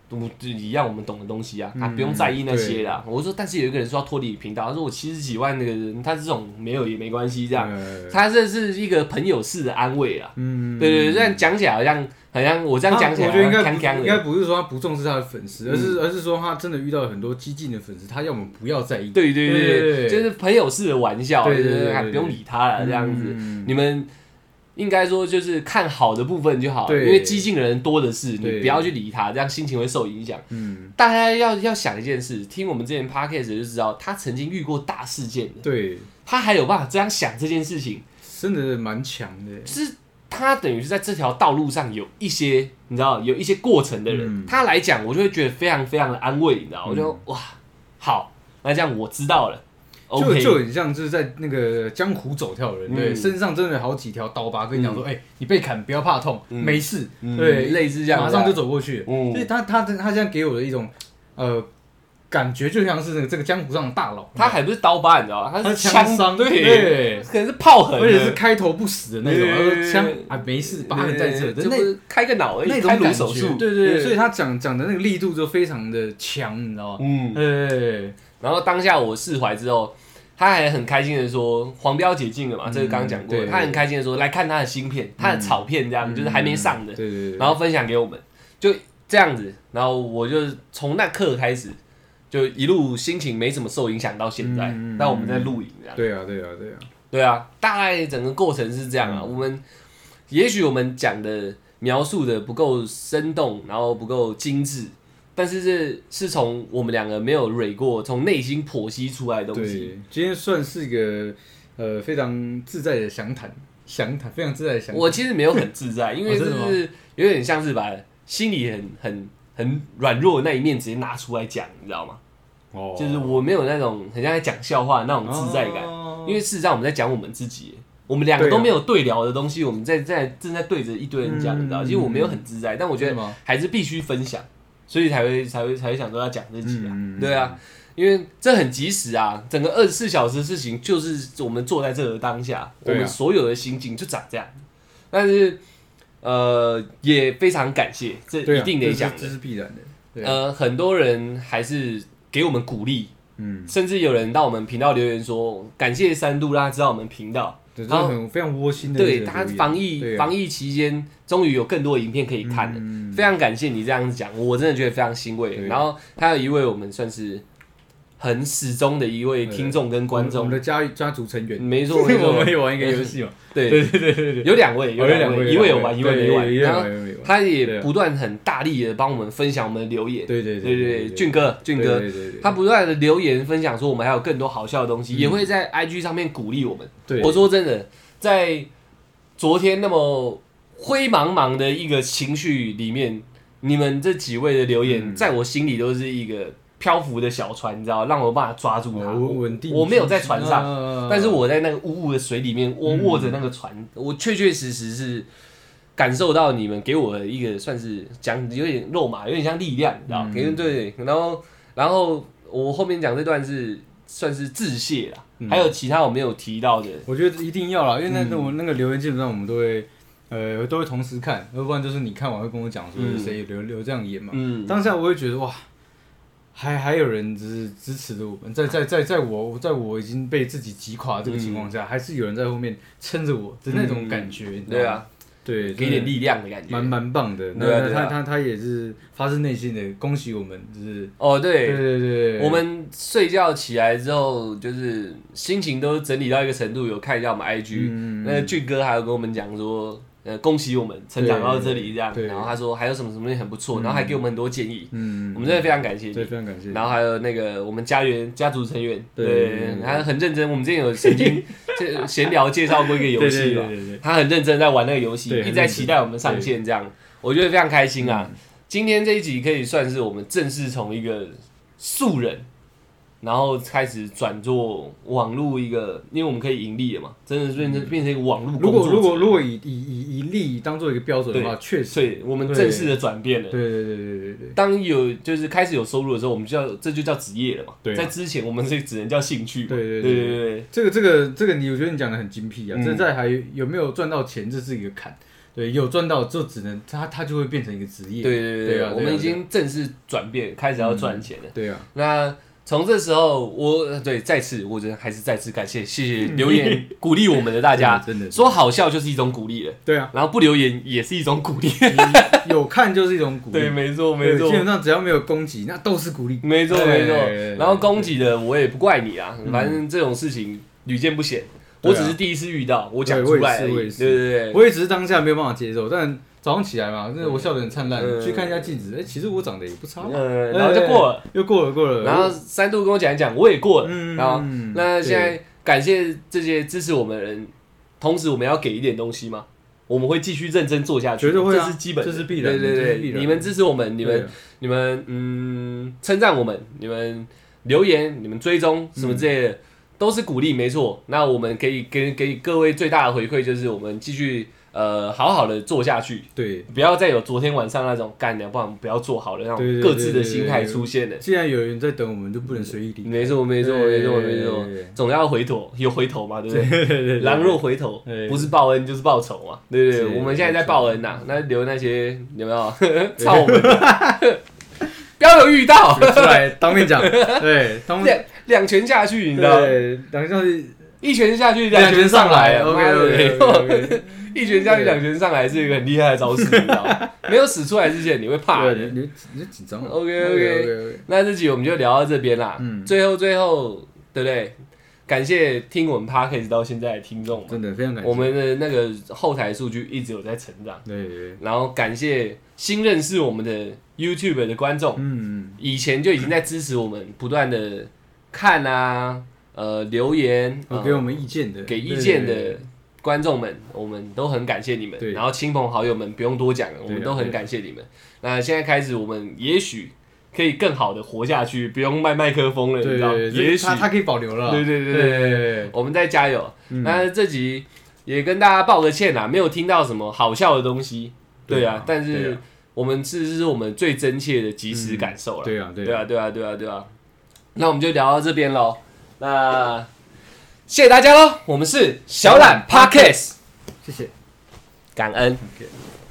我们就一样我们懂的东西嗯啊，他不用在意那些啦。我说，但是有一个人说要脱离频道，他说我七十几万那个人，他这种没有也没关系，这样，呃他这是一个朋友式的安慰啊。嗯，对对对，这样讲起来好像好像我这样讲起来他好我觉得像应该锵不锵应该的，嗯不是说他不重视他的粉丝，而是而是说他真的遇到了很多激进的粉丝，他要我们不要在意，对对对对对，对对就是朋友式的玩笑，对对对就是对对对不用理他了这样子。嗯你们应该说就是看好的部分就好，因对为激进的人多的是，你对不要去理他，这样心情会受影响。嗯，大家要要想一件事，听我们之前 podcast 就知道，他曾经遇过大事件的，对，他还有办法这样想这件事情，真的蛮强的，是他等于是在这条道路上有一些你知道有一些过程的人，嗯他来讲，我就会觉得非常非常的安慰，你知道，我就、哇，好，那这样我知道了就，OK，就很像就是在那个江湖走跳的人，对，嗯身上真的好几条刀疤，跟你讲说，哎，你被砍不要怕痛，嗯没事，嗯对，类似这样，马上就走过去。嗯所以他他他现在给我的一种呃感觉，就像是那个这个江湖上的大佬，他还不是刀疤，你知道吗？他是是枪伤，对，可能是炮痕，而且是开头不死的那种，对然后说枪对啊没事，把疤痕在这，这那不是开个脑而那已，种开颅感手觉术，，对对对，所以他讲讲的那个力度就非常的强，你知道吗？嗯。对，然后当下我释怀之后，他还很开心的说：“黄标解禁了嘛，这个刚刚讲过了。嗯对嗯他很开心的说：“来看他的新片，他的草片这样，就是还没上的。对对对，然后分享给我们，就这样子。然后我就从那刻开始，就一路心情没怎么受影响到现在。嗯嗯嗯那我们在录影这样，对啊对啊对啊，对啊，大概整个过程是这样啊。嗯我们也许我们讲的描述的不够生动，然后不够精致，但是这是从我们两个没有蕊过，从内心剖析出来的东西。对，今天算是一个呃非常自在的详谈，详谈非常自在的详谈，我其实没有很自 在，因为哦这真的吗是有点像是把心里很很很软弱的那一面直接拿出来讲，你知道吗？哦就是我没有那种很像在讲笑话的那种自在感，哦因为事实上我们在讲我们自己，我们两个对啊都没有对聊的东西，我们在在正在对着一堆人讲，嗯你知道？其实我没有很自在，但我觉真得的吗还是必须分享，所以才会才会才会想说要讲这集啊嗯嗯，嗯对啊。因为这很及时啊，整个二十四小时的事情就是我们坐在这个当下，我对啊们所有的心境就长这样。但是，呃，也非常感谢，这对啊一定得讲这是这的。是必然的，对啊，呃，很多人还是给我们鼓励，嗯，甚至有人到我们频道留言说，感谢三度拉知道我们频道。对，这然是后很非常窝心的一个留对言，他防疫对啊防疫期间，终于有更多的影片可以看了，嗯非常感谢你这样子讲，我真的觉得非常欣慰。对然后还有一位我们算是很始终的一位听众跟观我众们，的家家族成员，没 错我没错们，也玩一个游戏嘛，哦对，对对对对对，有两 位有两位，一位有玩一位没玩，一位然后玩一位没玩，他也对啊不断很大力的帮我们分享我们的留言，对对对对对，俊哥哥俊哥，对对对，嗯他不断的留言分享说我们还有更多好笑的东西，也会在 IG 上面鼓励我们。对我说真的，在昨天那么灰茫茫的一个情绪里面，你们这几位的留言，嗯在我心里都是一个漂浮的小船，你知道，让我把它抓住它。稳稳定，啊我没有在船上上但是我在那个雾雾的水里面，我嗯握着那个船，我确确实实是感受到你们给我的一个算是讲有点肉麻，有点像力量，你知道吗？嗯给、对，然后然后我后面讲这段是算是致谢啦，嗯还有其他我没有提到的，我觉得一定要啦，因为那那嗯我那个留言基本上我们都会呃都会同时看，要不然就是你看完会跟我讲说哎嗯谁留留这样言嘛，嗯，当下我会觉得哇。还还有人支支持着我们，在在在在我在我已经被自己击垮的这个情况下，还是有人在后面撑着我的那种感觉，你知道嗯对吗，啊，对，给点力量的感蛮觉。蛮棒的。对啊那对啊他他他也是发自内心的恭喜我们，就是哦，对对，对对，对我们睡觉起来之后，就是心情都整理到一个程度，有看一下我们 IG，、嗯那个俊哥还有跟我们讲说，呃，恭喜我们成长到这里这样，对然后他说还有什么什么东西很不错，嗯然后还给我们很多建议，嗯，我们真的非常感谢对你。非常感谢。然后还有那个我们家园家族成员，对对，他很认真。我们之前有曾经 这闲聊介绍过一个游戏嘛对对对对对，他很认真在玩那个游戏，对一直在期待我们上线这样，我觉得非常开心啊。嗯今天这一集可以算是我们正式从一个素人，然后开始转做网络一个，因为我们可以盈利了嘛，真的是变成变成一个网络工作如果者。如果如果以以以以利益当做一个标准的话，确实，所以我们正式的转变了对。对对对对对，当有就是开始有收入的时候，我们就叫这就叫职业了嘛。对啊在之前我们是只能叫兴趣嘛。对对对对对对这个这个这个你我觉得你讲的很精辟啊，嗯这在还有没有赚到钱，这是一个坎。对，有赚到就只能他他就会变成一个职业。对对对对啊我对们啊已经正式转变，开始要赚钱了。对啊，那从这时候，我呃对再次，我真的还是再次感谢，谢谢留言鼓励我们的大 家。真的真的说好笑就是一种鼓励了，对啊，然后不留言也是一种鼓励。有看就是一种鼓励。 对，没错，对没错基。本上只要没有攻击，那都是鼓励。哎没错对没对对错，然后对供给的我也不怪你啊，反正这种事情屡见不鲜，我对啊只是第一次遇到，我讲对出我也来是而已，我对也是对对，我也只是当下没有办法接受，但早上起来嘛，那我笑得很灿烂，嗯去看一下镜子，哎、其实我长得也不差嘛，呃，然后就过了，哎，又过了过了，然后三度跟我讲一讲，我也过了，嗯然后那对现在感谢这些支持我们的人，同时我们要给一点东西嘛。我们会继续认真做下去，绝对会啊这是基本的，这是必然的对这对是必对，然的你们支持我们，你对啊们你们嗯称赞我们，你们留言，你们追踪嗯什么之类的，都是鼓励，没错。那我们可以给给各位最大的回馈就是我们继续呃好好的做下去，对，不要再有昨天晚上那种干娘，不然不要做好了那对种对各自的对对心态对出现了。既然有人在等我们，就不能随意离开。没错，没错，没错，没错对对对，总要回头，有回头嘛，对不对？对对对狼若回头对，不是报恩就是报仇嘛，对不对？是我们现在在报恩呐，那留那些有没 有操我们的？不要有遇到出来当面讲，对，当两面两拳下去，你知道吗，对，两下是一拳下去，两拳上来两拳上来啊，OK 妈的 OK， 一拳下去，两拳上来是一个很厉害的招式，你知道 吗？没有使出来之前，你会怕的。对，你你你紧张了 OK，OK OK，那这集我们就聊到这边啦。嗯最后最后，对不对？感谢听我们 podcast 到现在的听众嘛，真的非常感谢我们的那个后台数据一直有在成长，对对，对然后感谢新认识我们的 YouTube 的观众，嗯，以前就已经在支持我们，不断的看啊，呃，留言，有呃给我们意见的，给意见对对的观众们，我们都很感谢你们。对然后亲朋好友们不用多讲了，我们都很感谢你们。那现在开始，我们也许可以更好的活下去，不用卖麦克风了，你对知道？对，对也许他他可以保留了，对对对对对对，我们再加油。嗯那这集也跟大家道个歉啊啦，没有听到什么好笑的东西，对对啊啊，但对是啊我们这是我们最真切的即时感受了。对啊对对啊，对啊，对啊，对啊。那我们就聊到这边喽。那谢谢大家喽，我们是小懒 Podcast，谢谢。感恩。 OK